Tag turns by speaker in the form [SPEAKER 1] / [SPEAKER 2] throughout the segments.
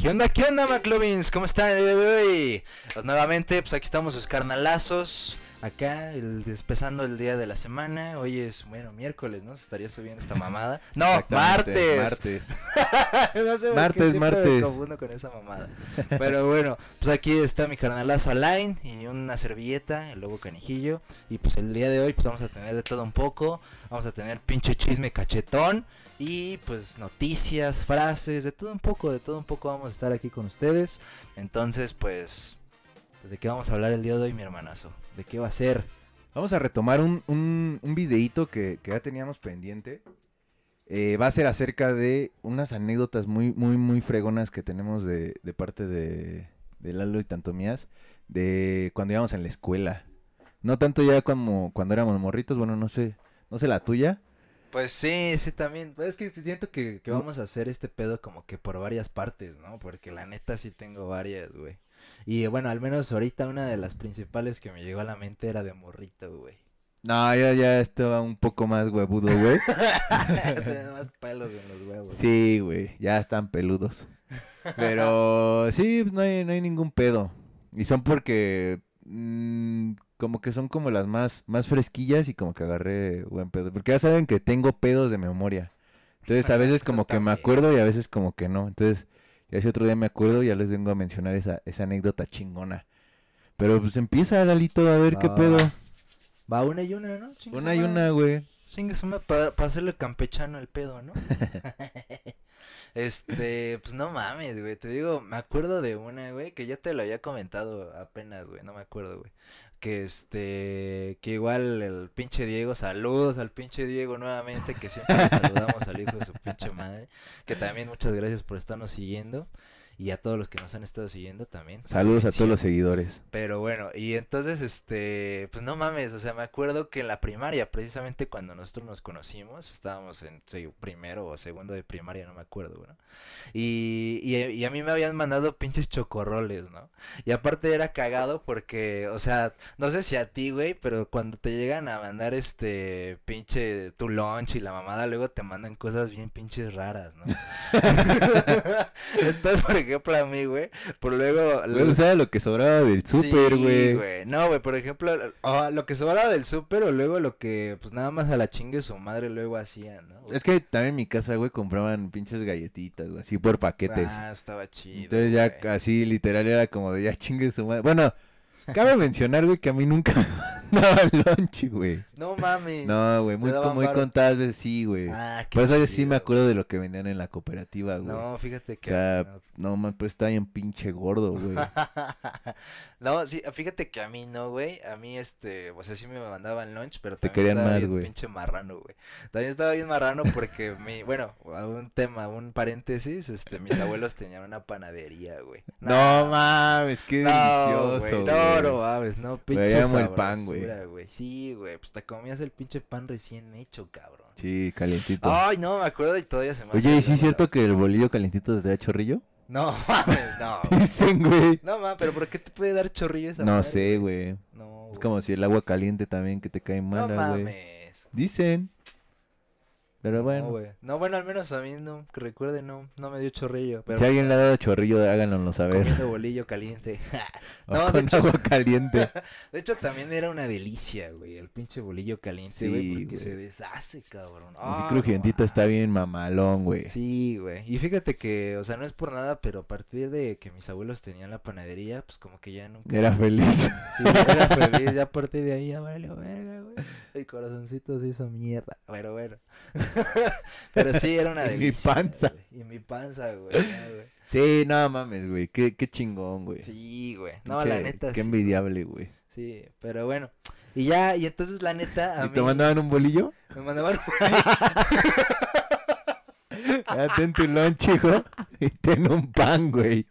[SPEAKER 1] ¿Qué onda? ¿Qué onda, McLovins? ¿Cómo están el día de hoy? Pues nuevamente, pues aquí estamos sus carnalazos. Acá, el, empezando el día de la semana. Hoy es, bueno, miércoles, ¿no? Se estaría subiendo esta mamada. No,
[SPEAKER 2] Exactamente,
[SPEAKER 1] martes.
[SPEAKER 2] Martes.
[SPEAKER 1] no sé por qué siempre
[SPEAKER 2] Martes,
[SPEAKER 1] me
[SPEAKER 2] martes.
[SPEAKER 1] confundo con esa mamada. Pero bueno, pues aquí está mi carnalazo Alain y una servilleta, el lobo canijillo. Y pues el día de hoy pues vamos a tener de todo un poco. Vamos a tener pinche chisme cachetón. Y pues noticias, frases, de todo un poco, de todo un poco vamos a estar aquí con ustedes. Entonces pues, pues ¿de qué vamos a hablar el día de hoy mi hermanazo? ¿De qué va a ser?
[SPEAKER 2] Vamos a retomar un, un, un videíto que, que ya teníamos pendiente. Eh, va a ser acerca de unas anécdotas muy, muy, muy fregonas que tenemos de, de parte de, de Lalo y Tantomías de cuando íbamos en la escuela. No tanto ya como cuando éramos morritos, bueno, no sé, no sé la tuya.
[SPEAKER 1] Pues sí, sí, también. Pues es que siento que,
[SPEAKER 2] Mm.
[SPEAKER 1] que vamos a hacer este pedo como que por varias partes, ¿no? Porque la neta sí tengo varias, güey. Y bueno, al menos ahorita una de las principales que me llegó a la mente era de morrito, güey.
[SPEAKER 2] No, ya, ya estaba un poco más huevudo, güey.
[SPEAKER 1] Tenía más pelos en los huevos.
[SPEAKER 2] Sí, güey, ya están peludos. Pero sí, pues, no hay, no hay ningún pedo. Y son porque mm, como que son como las más, más fresquillas y como que agarré buen pedo. Porque ya saben que tengo pedos de memoria. Entonces a veces como que me
[SPEAKER 1] También.
[SPEAKER 2] acuerdo y a veces como que no. Entonces, ya si otro día me acuerdo, ya les vengo a mencionar esa, esa anécdota chingona. Pero pues empieza, Lalito, a ver qué
[SPEAKER 1] Va,
[SPEAKER 2] pedo.
[SPEAKER 1] Va una y una, ¿no? Chingue su
[SPEAKER 2] Una y
[SPEAKER 1] madre.
[SPEAKER 2] una, güey.
[SPEAKER 1] Chingue su para hacerle campechano el pedo, ¿no? este, pues no mames, güey. Te digo, me acuerdo de una, güey, que ya te lo había comentado apenas, güey. No me acuerdo, güey. Que este, que igual el pinche Diego, saludos al pinche Diego nuevamente, que siempre le saludamos al hijo de su pinche madre. Que también muchas gracias por estarnos siguiendo. Y a todos los que nos han estado siguiendo también.
[SPEAKER 2] Saludos a
[SPEAKER 1] Sí,
[SPEAKER 2] todos los seguidores.
[SPEAKER 1] pero bueno, y entonces, este, pues no mames, o sea, me acuerdo que en la primaria, precisamente cuando nosotros nos conocimos, estábamos en sí, primero o segundo de primaria, no me acuerdo, ¿no? Y, y, eh, y a mí me habían mandado pinches chocorroles, ¿no? Y aparte era cagado porque, o sea, no sé si a ti, güey, pero cuando te llegan a mandar este pinche tu lunch y la mamada, luego te mandan cosas bien pinches raras, ¿no? entonces, por ejemplo, a mí, güey, por luego...
[SPEAKER 2] Güey, o sea, lo que sobraba del súper,
[SPEAKER 1] Sí,
[SPEAKER 2] güey.
[SPEAKER 1] No, güey, por ejemplo, o lo que sobraba del súper o luego lo que, pues nada más a la chingue su madre luego hacían, ¿no?
[SPEAKER 2] Es que también en mi casa, güey, compraban pinches galletitas, güey, así por paquetes.
[SPEAKER 1] Ah, estaba chido.
[SPEAKER 2] Entonces ya
[SPEAKER 1] güey.
[SPEAKER 2] así literal era como de ya chingue su madre. Bueno, cabe mencionar, güey, que a mí nunca me mandaban lonche, güey.
[SPEAKER 1] No mames.
[SPEAKER 2] No, güey,
[SPEAKER 1] Te
[SPEAKER 2] muy,
[SPEAKER 1] daban
[SPEAKER 2] muy
[SPEAKER 1] varo.
[SPEAKER 2] contadas veces sí, güey.
[SPEAKER 1] Ah, qué
[SPEAKER 2] por eso yo sí
[SPEAKER 1] chido,
[SPEAKER 2] me acuerdo de lo que vendían en la cooperativa, güey.
[SPEAKER 1] güey. No, fíjate
[SPEAKER 2] o
[SPEAKER 1] que. a
[SPEAKER 2] sea,
[SPEAKER 1] mí
[SPEAKER 2] no, man, pues está bien pinche gordo, güey.
[SPEAKER 1] No, No, sí, fíjate que a mí no, güey. A mí, este, o sea, sí me mandaban lunch, pero
[SPEAKER 2] Te
[SPEAKER 1] también
[SPEAKER 2] querían
[SPEAKER 1] estaba
[SPEAKER 2] más,
[SPEAKER 1] bien
[SPEAKER 2] güey.
[SPEAKER 1] pinche marrano, güey. También estaba bien marrano porque mi, bueno, un tema, un paréntesis, este, mis abuelos tenían una panadería, güey.
[SPEAKER 2] No mames, qué
[SPEAKER 1] No, güey,
[SPEAKER 2] delicioso.
[SPEAKER 1] no,
[SPEAKER 2] güey.
[SPEAKER 1] no mames, no,
[SPEAKER 2] Güey,
[SPEAKER 1] pinche
[SPEAKER 2] amo el pan, güey.
[SPEAKER 1] sabrosura, güey. Sí, güey, pues te comías el pinche pan recién hecho, cabrón.
[SPEAKER 2] Sí, calientito.
[SPEAKER 1] Ay, no, me acuerdo y todavía se me hace
[SPEAKER 2] Oye, ¿y sí
[SPEAKER 1] agua
[SPEAKER 2] es cierto
[SPEAKER 1] la-
[SPEAKER 2] que el bolillo calientito desde chorrillo?
[SPEAKER 1] No, mames, no.
[SPEAKER 2] Dicen, güey.
[SPEAKER 1] No, mames, pero ¿por qué te puede dar chorrillo esa
[SPEAKER 2] No
[SPEAKER 1] madre,
[SPEAKER 2] sé, güey.
[SPEAKER 1] No,
[SPEAKER 2] Es
[SPEAKER 1] güey.
[SPEAKER 2] como si el agua caliente también que te cae
[SPEAKER 1] No
[SPEAKER 2] mala, güey.
[SPEAKER 1] mames.
[SPEAKER 2] Dicen. Pero
[SPEAKER 1] No,
[SPEAKER 2] bueno.
[SPEAKER 1] güey. No, bueno, al menos a mí no, que recuerde, no, no me dio chorrillo, pero
[SPEAKER 2] si alguien le ha dado chorrillo, háganoslo saber.
[SPEAKER 1] comiendo bolillo caliente.
[SPEAKER 2] O
[SPEAKER 1] No, de
[SPEAKER 2] con
[SPEAKER 1] hecho-
[SPEAKER 2] agua caliente.
[SPEAKER 1] De hecho, también era una delicia, güey, el pinche bolillo caliente, güey,
[SPEAKER 2] Sí,
[SPEAKER 1] porque
[SPEAKER 2] güey.
[SPEAKER 1] se deshace, cabrón.
[SPEAKER 2] Así
[SPEAKER 1] Ah, no
[SPEAKER 2] crujientito
[SPEAKER 1] mames.
[SPEAKER 2] está bien mamalón, güey.
[SPEAKER 1] Sí, güey. Y fíjate que, o sea, no es por nada, pero a partir de que mis abuelos tenían la panadería, pues como que ya nunca.
[SPEAKER 2] Era feliz.
[SPEAKER 1] Sí, era feliz. Ya a partir de ahí, ya vale, verga, güey. El corazoncito se hizo mierda. Pero bueno. pero sí, era una
[SPEAKER 2] Y mi
[SPEAKER 1] delicia.
[SPEAKER 2] panza.
[SPEAKER 1] güey. Y mi panza, güey. ya, güey.
[SPEAKER 2] Sí, no mames, güey. Qué, qué chingón, güey.
[SPEAKER 1] Sí, güey. No, la
[SPEAKER 2] Pinche-
[SPEAKER 1] neta
[SPEAKER 2] Qué
[SPEAKER 1] sí.
[SPEAKER 2] envidiable, güey.
[SPEAKER 1] Sí, pero bueno. Y ya, y entonces la neta, a
[SPEAKER 2] ¿Y
[SPEAKER 1] mí
[SPEAKER 2] te mandaban un bolillo?
[SPEAKER 1] me mandaban
[SPEAKER 2] Ya ten tu lonche, güey. Y ten un pan, güey.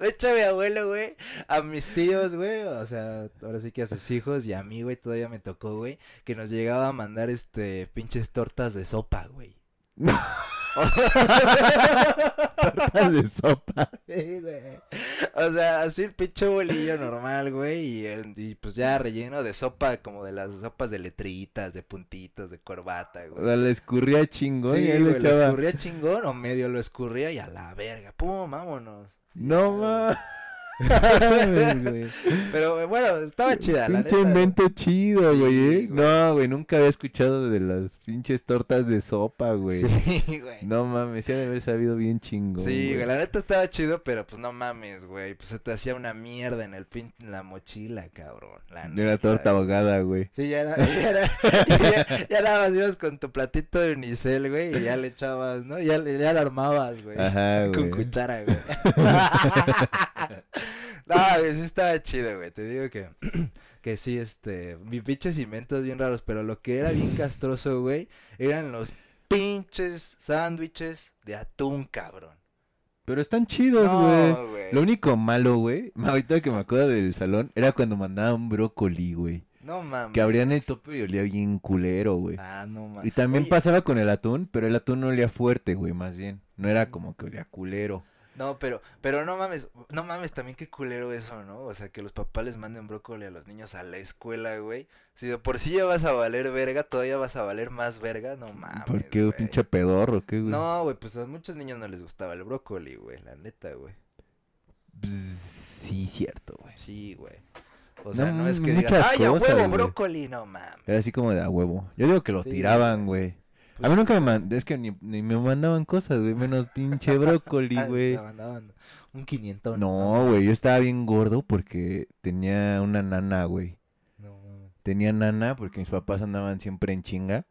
[SPEAKER 1] De hecho, a mi abuelo, güey, a mis tíos, güey, o sea, ahora sí que a sus hijos y a mí, güey, todavía me tocó, güey, que nos llegaba a mandar, este, pinches tortas de sopa, güey.
[SPEAKER 2] Tortas de sopa.
[SPEAKER 1] Sí, güey. O sea, así el pinche bolillo normal, güey. Y, eh, y, pues ya relleno de sopa, como de las sopas de letritas, de puntitos, de corbata,
[SPEAKER 2] O
[SPEAKER 1] güey.
[SPEAKER 2] sea, le escurría chingón
[SPEAKER 1] Sí,
[SPEAKER 2] y ahí le
[SPEAKER 1] güey, lo
[SPEAKER 2] echaba.
[SPEAKER 1] escurría chingón o medio lo escurría y a la verga. Pum, vámonos.
[SPEAKER 2] No mames, güey.
[SPEAKER 1] Pero eh, bueno, estaba chida, la
[SPEAKER 2] Pinche
[SPEAKER 1] neta.
[SPEAKER 2] invento chido,
[SPEAKER 1] Sí,
[SPEAKER 2] güey. ¿eh?
[SPEAKER 1] güey.
[SPEAKER 2] No, güey, nunca había escuchado de las pinches tortas de sopa, güey.
[SPEAKER 1] Sí, güey.
[SPEAKER 2] No mames, se ha de haber sabido bien chingón.
[SPEAKER 1] Sí,
[SPEAKER 2] güey.
[SPEAKER 1] güey, la neta estaba chido, pero pues no mames, güey. Pues se te hacía una mierda en el pin en la mochila, cabrón. La
[SPEAKER 2] De una
[SPEAKER 1] neta,
[SPEAKER 2] torta
[SPEAKER 1] güey.
[SPEAKER 2] ahogada, güey.
[SPEAKER 1] Sí, ya, era- ya, era- ya- ya nada más ibas con tu platito de unicel, güey, y ya le echabas, ¿no? Ya, le- ya lo armabas, güey.
[SPEAKER 2] Ajá,
[SPEAKER 1] con
[SPEAKER 2] güey.
[SPEAKER 1] cuchara, güey. no, güey, sí estaba chido, güey. Te digo que, que sí, este, mis pinches inventos bien raros, pero lo que era bien castroso, güey, eran los pinches sándwiches de atún, cabrón.
[SPEAKER 2] Pero están chidos, güey.
[SPEAKER 1] No, güey.
[SPEAKER 2] Lo único malo, güey, ahorita que me acuerdo del salón, era cuando mandaban brócoli, güey.
[SPEAKER 1] No mames.
[SPEAKER 2] Que abrían el tope y olía bien culero, güey.
[SPEAKER 1] Ah, no mames.
[SPEAKER 2] Y también
[SPEAKER 1] Oye,
[SPEAKER 2] pasaba con el atún, pero el atún no olía fuerte, güey, más bien. No
[SPEAKER 1] Mm.
[SPEAKER 2] era como que olía culero.
[SPEAKER 1] No, pero, pero no mames, no mames, también qué culero eso, ¿no? O sea, que los papás les manden brócoli a los niños a la escuela, güey. Si de por sí ya vas a valer verga, todavía vas a valer más verga, no mames.
[SPEAKER 2] ¿Por qué,
[SPEAKER 1] Ah, pues, güey.
[SPEAKER 2] pinche pedorro? ¿Qué, güey?
[SPEAKER 1] No, güey, pues a muchos niños no les gustaba el brócoli, güey, la neta, güey.
[SPEAKER 2] Pues, Sí, cierto, güey.
[SPEAKER 1] Sí, güey. O sea, no,
[SPEAKER 2] No,
[SPEAKER 1] es que
[SPEAKER 2] muchas
[SPEAKER 1] digas, ¡ay, a
[SPEAKER 2] cosas,
[SPEAKER 1] huevo,
[SPEAKER 2] güey.
[SPEAKER 1] brócoli! No mames.
[SPEAKER 2] Era así como de a huevo. Yo digo que lo
[SPEAKER 1] Sí, eh,
[SPEAKER 2] tiraban, güey. A mí
[SPEAKER 1] Pues,
[SPEAKER 2] nunca me mandaban, es que ni, ni me mandaban cosas, güey, menos pinche brócoli,
[SPEAKER 1] ah,
[SPEAKER 2] güey.
[SPEAKER 1] te mandaban un quinientón.
[SPEAKER 2] No, güey, yo estaba bien gordo porque tenía una nana, güey.
[SPEAKER 1] No mames.
[SPEAKER 2] Tenía nana porque mis papás andaban siempre en chinga.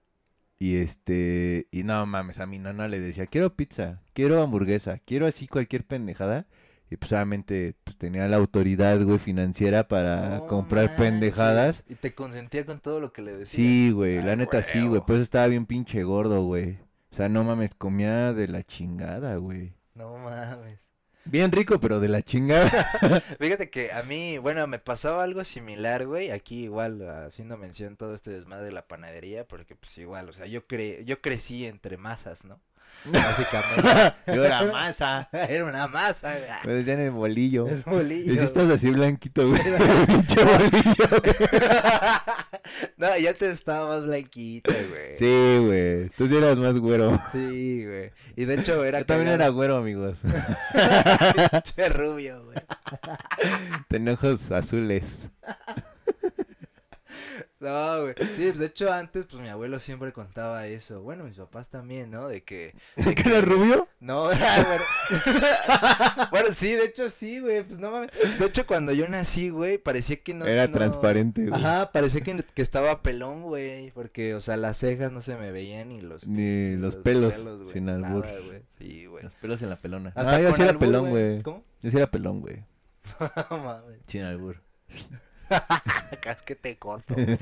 [SPEAKER 2] Y este, y no mames, a mi nana le decía, quiero pizza, quiero hamburguesa, quiero así cualquier pendejada. Y pues obviamente pues, tenía la autoridad, güey, financiera para
[SPEAKER 1] No
[SPEAKER 2] comprar pendejadas.
[SPEAKER 1] manches, Y te consentía con todo lo que le decías.
[SPEAKER 2] Sí, güey, la
[SPEAKER 1] Ah,
[SPEAKER 2] neta sí, güey. pues.
[SPEAKER 1] huevo.
[SPEAKER 2] Por eso estaba bien pinche gordo, güey. O sea, no mames, comía de la chingada, güey.
[SPEAKER 1] No mames.
[SPEAKER 2] Bien rico, pero de la chingada.
[SPEAKER 1] Fíjate que a mí, bueno, me pasaba algo similar, güey. Aquí igual, haciendo mención todo este desmadre de la panadería, porque pues igual, o sea, yo cre yo crecí entre masas, ¿no? Básicamente.
[SPEAKER 2] Yo era masa.
[SPEAKER 1] Era una masa, güey.
[SPEAKER 2] Me decían el bolillo.
[SPEAKER 1] Es
[SPEAKER 2] Y
[SPEAKER 1] bolillo.
[SPEAKER 2] si
[SPEAKER 1] güey.
[SPEAKER 2] estás así blanquito, güey. pinche bolillo. güey.
[SPEAKER 1] no, ya te estaba más blanquita, güey.
[SPEAKER 2] Sí, güey. Tú sí eras más güero.
[SPEAKER 1] Sí, güey. Y de hecho era
[SPEAKER 2] Yo también era
[SPEAKER 1] cagado.
[SPEAKER 2] güero, amigos.
[SPEAKER 1] Che rubio, güey.
[SPEAKER 2] Tenía ojos azules.
[SPEAKER 1] No, güey. Sí, pues de hecho antes, pues mi abuelo siempre contaba eso. Bueno, mis papás también, ¿no? De que
[SPEAKER 2] ¿Qué era rubio?
[SPEAKER 1] No, bueno. bueno, sí, de hecho sí, güey, pues no mames. De hecho cuando yo nací, güey, parecía que no
[SPEAKER 2] Era
[SPEAKER 1] no-
[SPEAKER 2] transparente, güey.
[SPEAKER 1] Ajá, parecía que, que estaba pelón, güey, porque o sea, las cejas no se me veían ni los
[SPEAKER 2] Ni los pelos,
[SPEAKER 1] güey,
[SPEAKER 2] sin
[SPEAKER 1] nada,
[SPEAKER 2] albur.
[SPEAKER 1] güey. Sí, güey.
[SPEAKER 2] Los pelos en la pelona.
[SPEAKER 1] Hasta
[SPEAKER 2] ah, yo
[SPEAKER 1] con
[SPEAKER 2] sí era
[SPEAKER 1] albur,
[SPEAKER 2] pelón, güey.
[SPEAKER 1] ¿Cómo?
[SPEAKER 2] Yo sí era pelón, güey.
[SPEAKER 1] No mames.
[SPEAKER 2] Sin albur.
[SPEAKER 1] Acá es que te corto. güey.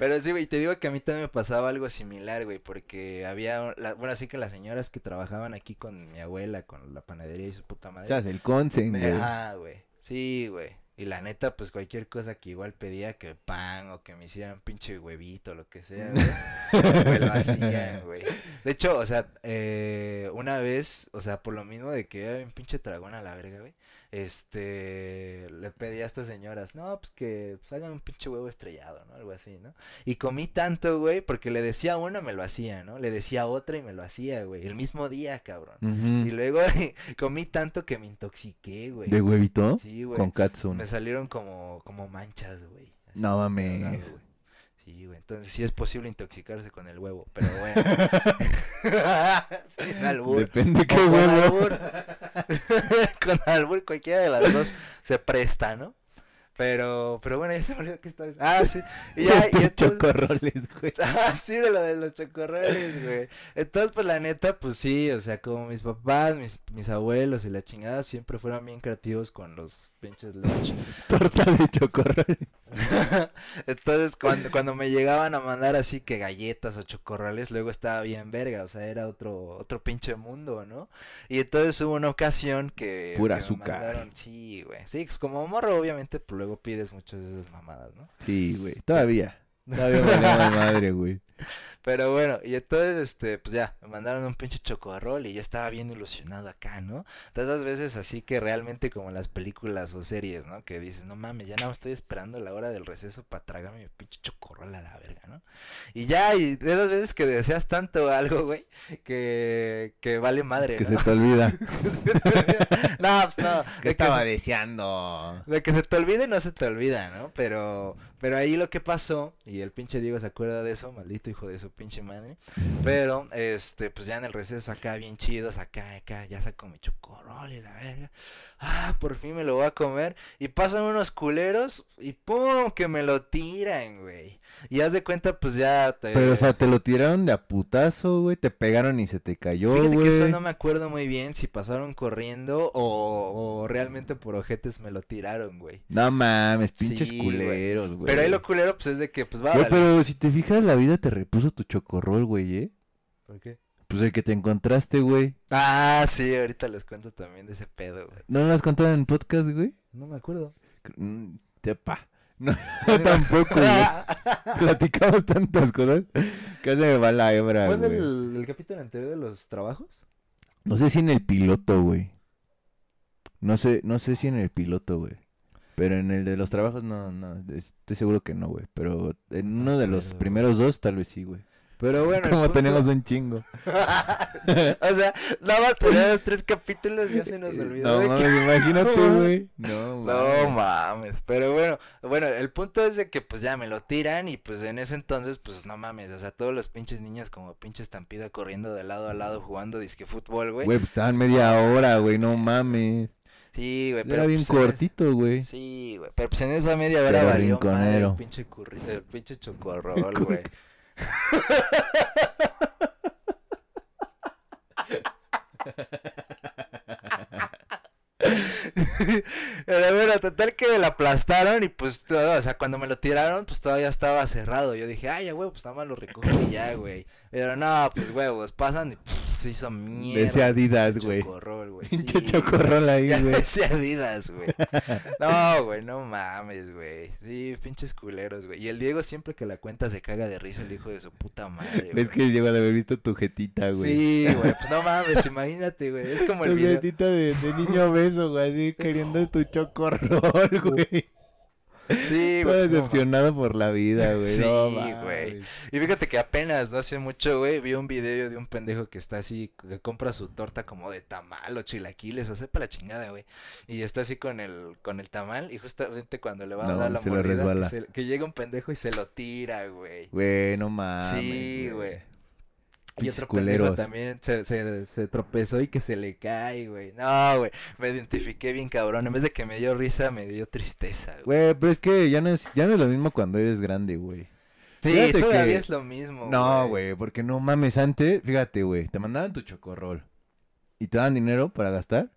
[SPEAKER 1] Pero sí, güey, te digo que a mí también me pasaba algo similar, güey, porque había, la- bueno, así que las señoras que trabajaban aquí con mi abuela, con la panadería y su puta madre.
[SPEAKER 2] Chas, el consen,
[SPEAKER 1] Me-
[SPEAKER 2] güey.
[SPEAKER 1] Ajá, güey. Sí, güey. Y la neta, pues cualquier cosa que igual pedía que pan o que me hicieran pinche huevito, lo que sea, güey. me lo hacían, güey. De hecho, o sea, eh, una vez, o sea, por lo mismo de que era un pinche dragón a la verga, güey. Este, le pedí a estas señoras, no, pues que pues, hagan un pinche huevo estrellado, ¿no? Algo así, ¿no? Y comí tanto, güey, porque le decía a una, me lo hacía, ¿no? Le decía a otra y me lo hacía, güey. El mismo día, cabrón.
[SPEAKER 2] Ujú.
[SPEAKER 1] Y luego comí tanto que me intoxiqué, güey.
[SPEAKER 2] ¿De huevito?
[SPEAKER 1] Sí, güey.
[SPEAKER 2] Con Katsun.
[SPEAKER 1] Me salieron como, como manchas, güey. Así,
[SPEAKER 2] No
[SPEAKER 1] colorado,
[SPEAKER 2] mames.
[SPEAKER 1] güey. Sí, güey. Entonces sí es posible intoxicarse con el huevo, pero bueno. Sin albur.
[SPEAKER 2] Depende qué
[SPEAKER 1] O con
[SPEAKER 2] huevo.
[SPEAKER 1] albur. con albur, cualquiera de las dos se presta, ¿no? Pero, pero bueno, ya se me olvidó que estaba... Ah, sí. Y ya, y
[SPEAKER 2] Tus
[SPEAKER 1] entonces-
[SPEAKER 2] chocorroles, güey.
[SPEAKER 1] Ah, sí, de lo de los chocorrales, güey. Entonces, pues la neta, pues sí, o sea, como mis papás, mis, mis abuelos y la chingada siempre fueron bien creativos con los pinches lunch.
[SPEAKER 2] Torta de chocorroles.
[SPEAKER 1] Entonces, cuando, cuando me llegaban a mandar así que galletas o chocorrales, luego estaba bien verga, o sea, era otro, otro pinche mundo, ¿no? Y entonces hubo una ocasión que...
[SPEAKER 2] Pura
[SPEAKER 1] que me
[SPEAKER 2] azúcar.
[SPEAKER 1] mandaron- sí, güey. Sí, pues como morro, obviamente, pues luego pides muchas de esas mamadas, ¿no?
[SPEAKER 2] Sí, güey. Todavía. Todavía me madre, güey.
[SPEAKER 1] Pero bueno, y entonces, este, pues ya, me mandaron un pinche chocorrol y yo estaba bien ilusionado acá, ¿no? Tantas veces así que realmente como en las películas o series, ¿no? Que dices, no mames, ya no estoy esperando la hora del receso para tragarme mi pinche chocorrol a la verga, ¿no? Y ya, y de esas veces que deseas tanto algo, güey, que, que vale madre,
[SPEAKER 2] Que
[SPEAKER 1] ¿no?
[SPEAKER 2] se te olvida.
[SPEAKER 1] no, pues no. de que
[SPEAKER 2] ¿Qué estaba
[SPEAKER 1] se-
[SPEAKER 2] deseando?
[SPEAKER 1] de que se te olvide, no se te olvida, ¿no? Pero, pero ahí lo que pasó, y el pinche Diego se acuerda de eso, maldito hijo de su pinche madre. Pero, este, pues ya en el receso acá, bien chidos, acá, acá, ya saco mi chocorrol y la verga. Ah, por fin me lo voy a comer. Y pasan unos culeros y ¡pum! que me lo tiran, güey. Y haz de cuenta, pues ya te.
[SPEAKER 2] Pero, o sea, te lo tiraron de a putazo, güey. Te pegaron y se te cayó,
[SPEAKER 1] Fíjate
[SPEAKER 2] güey.
[SPEAKER 1] que eso no me acuerdo muy bien si pasaron corriendo o, o realmente por ojetes me lo tiraron, güey.
[SPEAKER 2] No mames,
[SPEAKER 1] Sí,
[SPEAKER 2] pinches
[SPEAKER 1] güey.
[SPEAKER 2] culeros, güey.
[SPEAKER 1] Pero ahí lo culero, pues es de que, pues va,
[SPEAKER 2] Güey,
[SPEAKER 1] vale.
[SPEAKER 2] pero si te fijas, la vida te repuso tu chocorrol, güey, ¿eh?
[SPEAKER 1] ¿Por qué?
[SPEAKER 2] Pues el que te encontraste, güey.
[SPEAKER 1] Ah, sí, ahorita les cuento también de ese pedo, güey.
[SPEAKER 2] ¿No lo has contado en podcast, güey?
[SPEAKER 1] No me acuerdo.
[SPEAKER 2] Mm, Sepa. No, tampoco, güey.
[SPEAKER 1] Ah,
[SPEAKER 2] Platicamos tantas cosas que se me va la hebra,
[SPEAKER 1] ¿Fue en
[SPEAKER 2] güey.
[SPEAKER 1] el, el capítulo anterior de los trabajos?
[SPEAKER 2] No sé si en el piloto, güey. No sé, no sé si en el piloto, güey. Pero en el de los trabajos no, no, estoy seguro que no, güey. Pero en uno de los
[SPEAKER 1] Pero-
[SPEAKER 2] primeros dos tal vez sí, güey.
[SPEAKER 1] Pero bueno. el
[SPEAKER 2] Como
[SPEAKER 1] punto-
[SPEAKER 2] tenemos un chingo.
[SPEAKER 1] o sea, nada más tenemos tres capítulos y ya se nos
[SPEAKER 2] Eh,
[SPEAKER 1] olvidó.
[SPEAKER 2] No
[SPEAKER 1] de que-
[SPEAKER 2] mames, imagínate,
[SPEAKER 1] No,
[SPEAKER 2] güey. No,
[SPEAKER 1] No
[SPEAKER 2] mames.
[SPEAKER 1] mames, pero bueno, bueno, el punto es de que pues ya me lo tiran y pues en ese entonces pues no mames, o sea, todos los pinches niños como pinche estampida corriendo de lado a lado jugando disque fútbol, güey.
[SPEAKER 2] Güey, pues, estaban media hora, güey, no mames.
[SPEAKER 1] Sí, güey, pero
[SPEAKER 2] Era bien
[SPEAKER 1] pues, en ese-
[SPEAKER 2] cortito, güey.
[SPEAKER 1] Sí, güey. Pero pues en esa media hora
[SPEAKER 2] Pero
[SPEAKER 1] valió madre el
[SPEAKER 2] rinconero.
[SPEAKER 1] pinche curri, el pinche chocorrol, güey. Pero bueno, total que me la aplastaron y pues todo, o sea, cuando me lo tiraron, pues todavía estaba cerrado. Yo dije, ay, ya, güey, pues nada más lo recojo y ya, güey. Pero no, pues huevos, pasan y pff, se hizo mierda.
[SPEAKER 2] Decía Adidas,
[SPEAKER 1] pinche
[SPEAKER 2] güey.
[SPEAKER 1] Chocorrol, güey. sí,
[SPEAKER 2] Pinche
[SPEAKER 1] güey.
[SPEAKER 2] chocorrol ahí,
[SPEAKER 1] Ya
[SPEAKER 2] güey.
[SPEAKER 1] decía Adidas, güey. No, güey, no mames, güey. Sí, pinches culeros, güey. Y el Diego siempre que la cuenta se caga de risa el hijo de su puta madre,
[SPEAKER 2] Ves
[SPEAKER 1] güey.
[SPEAKER 2] que llegó de haber visto tu jetita, güey.
[SPEAKER 1] Sí, güey, pues no mames, imagínate, güey. Es como el
[SPEAKER 2] Tu
[SPEAKER 1] video.
[SPEAKER 2] jetita de, de niño beso, güey, así queriendo tu chocorrol, güey.
[SPEAKER 1] Sí, güey.
[SPEAKER 2] Todo
[SPEAKER 1] pues no mames.
[SPEAKER 2] decepcionado por la vida, güey.
[SPEAKER 1] Sí,
[SPEAKER 2] no
[SPEAKER 1] güey.
[SPEAKER 2] mames.
[SPEAKER 1] y fíjate que apenas, no hace mucho, güey, vi un video de un pendejo que está así, que compra su torta como de tamal o chilaquiles, o sepa la chingada, güey. Y está así con el, con el tamal, y justamente cuando le va a
[SPEAKER 2] No,
[SPEAKER 1] dar la
[SPEAKER 2] se lo
[SPEAKER 1] mordida, que,
[SPEAKER 2] resbala.
[SPEAKER 1] se- que llega un pendejo y se lo tira, güey.
[SPEAKER 2] Güey, no mames.
[SPEAKER 1] Sí, güey. Y
[SPEAKER 2] Pinches
[SPEAKER 1] otro pendejo
[SPEAKER 2] culeros.
[SPEAKER 1] también se, se, se tropezó y que se le cae, güey. No, güey. Me identifiqué bien cabrón. En vez de que me dio risa, me dio tristeza, güey.
[SPEAKER 2] Güey, pero es que ya no es, ya no es lo mismo cuando eres grande, güey.
[SPEAKER 1] Sí,
[SPEAKER 2] fíjate
[SPEAKER 1] todavía
[SPEAKER 2] que-
[SPEAKER 1] es lo mismo.
[SPEAKER 2] No, güey, porque no mames, antes, fíjate, güey, te mandaban tu chocorrol y te daban dinero para gastar.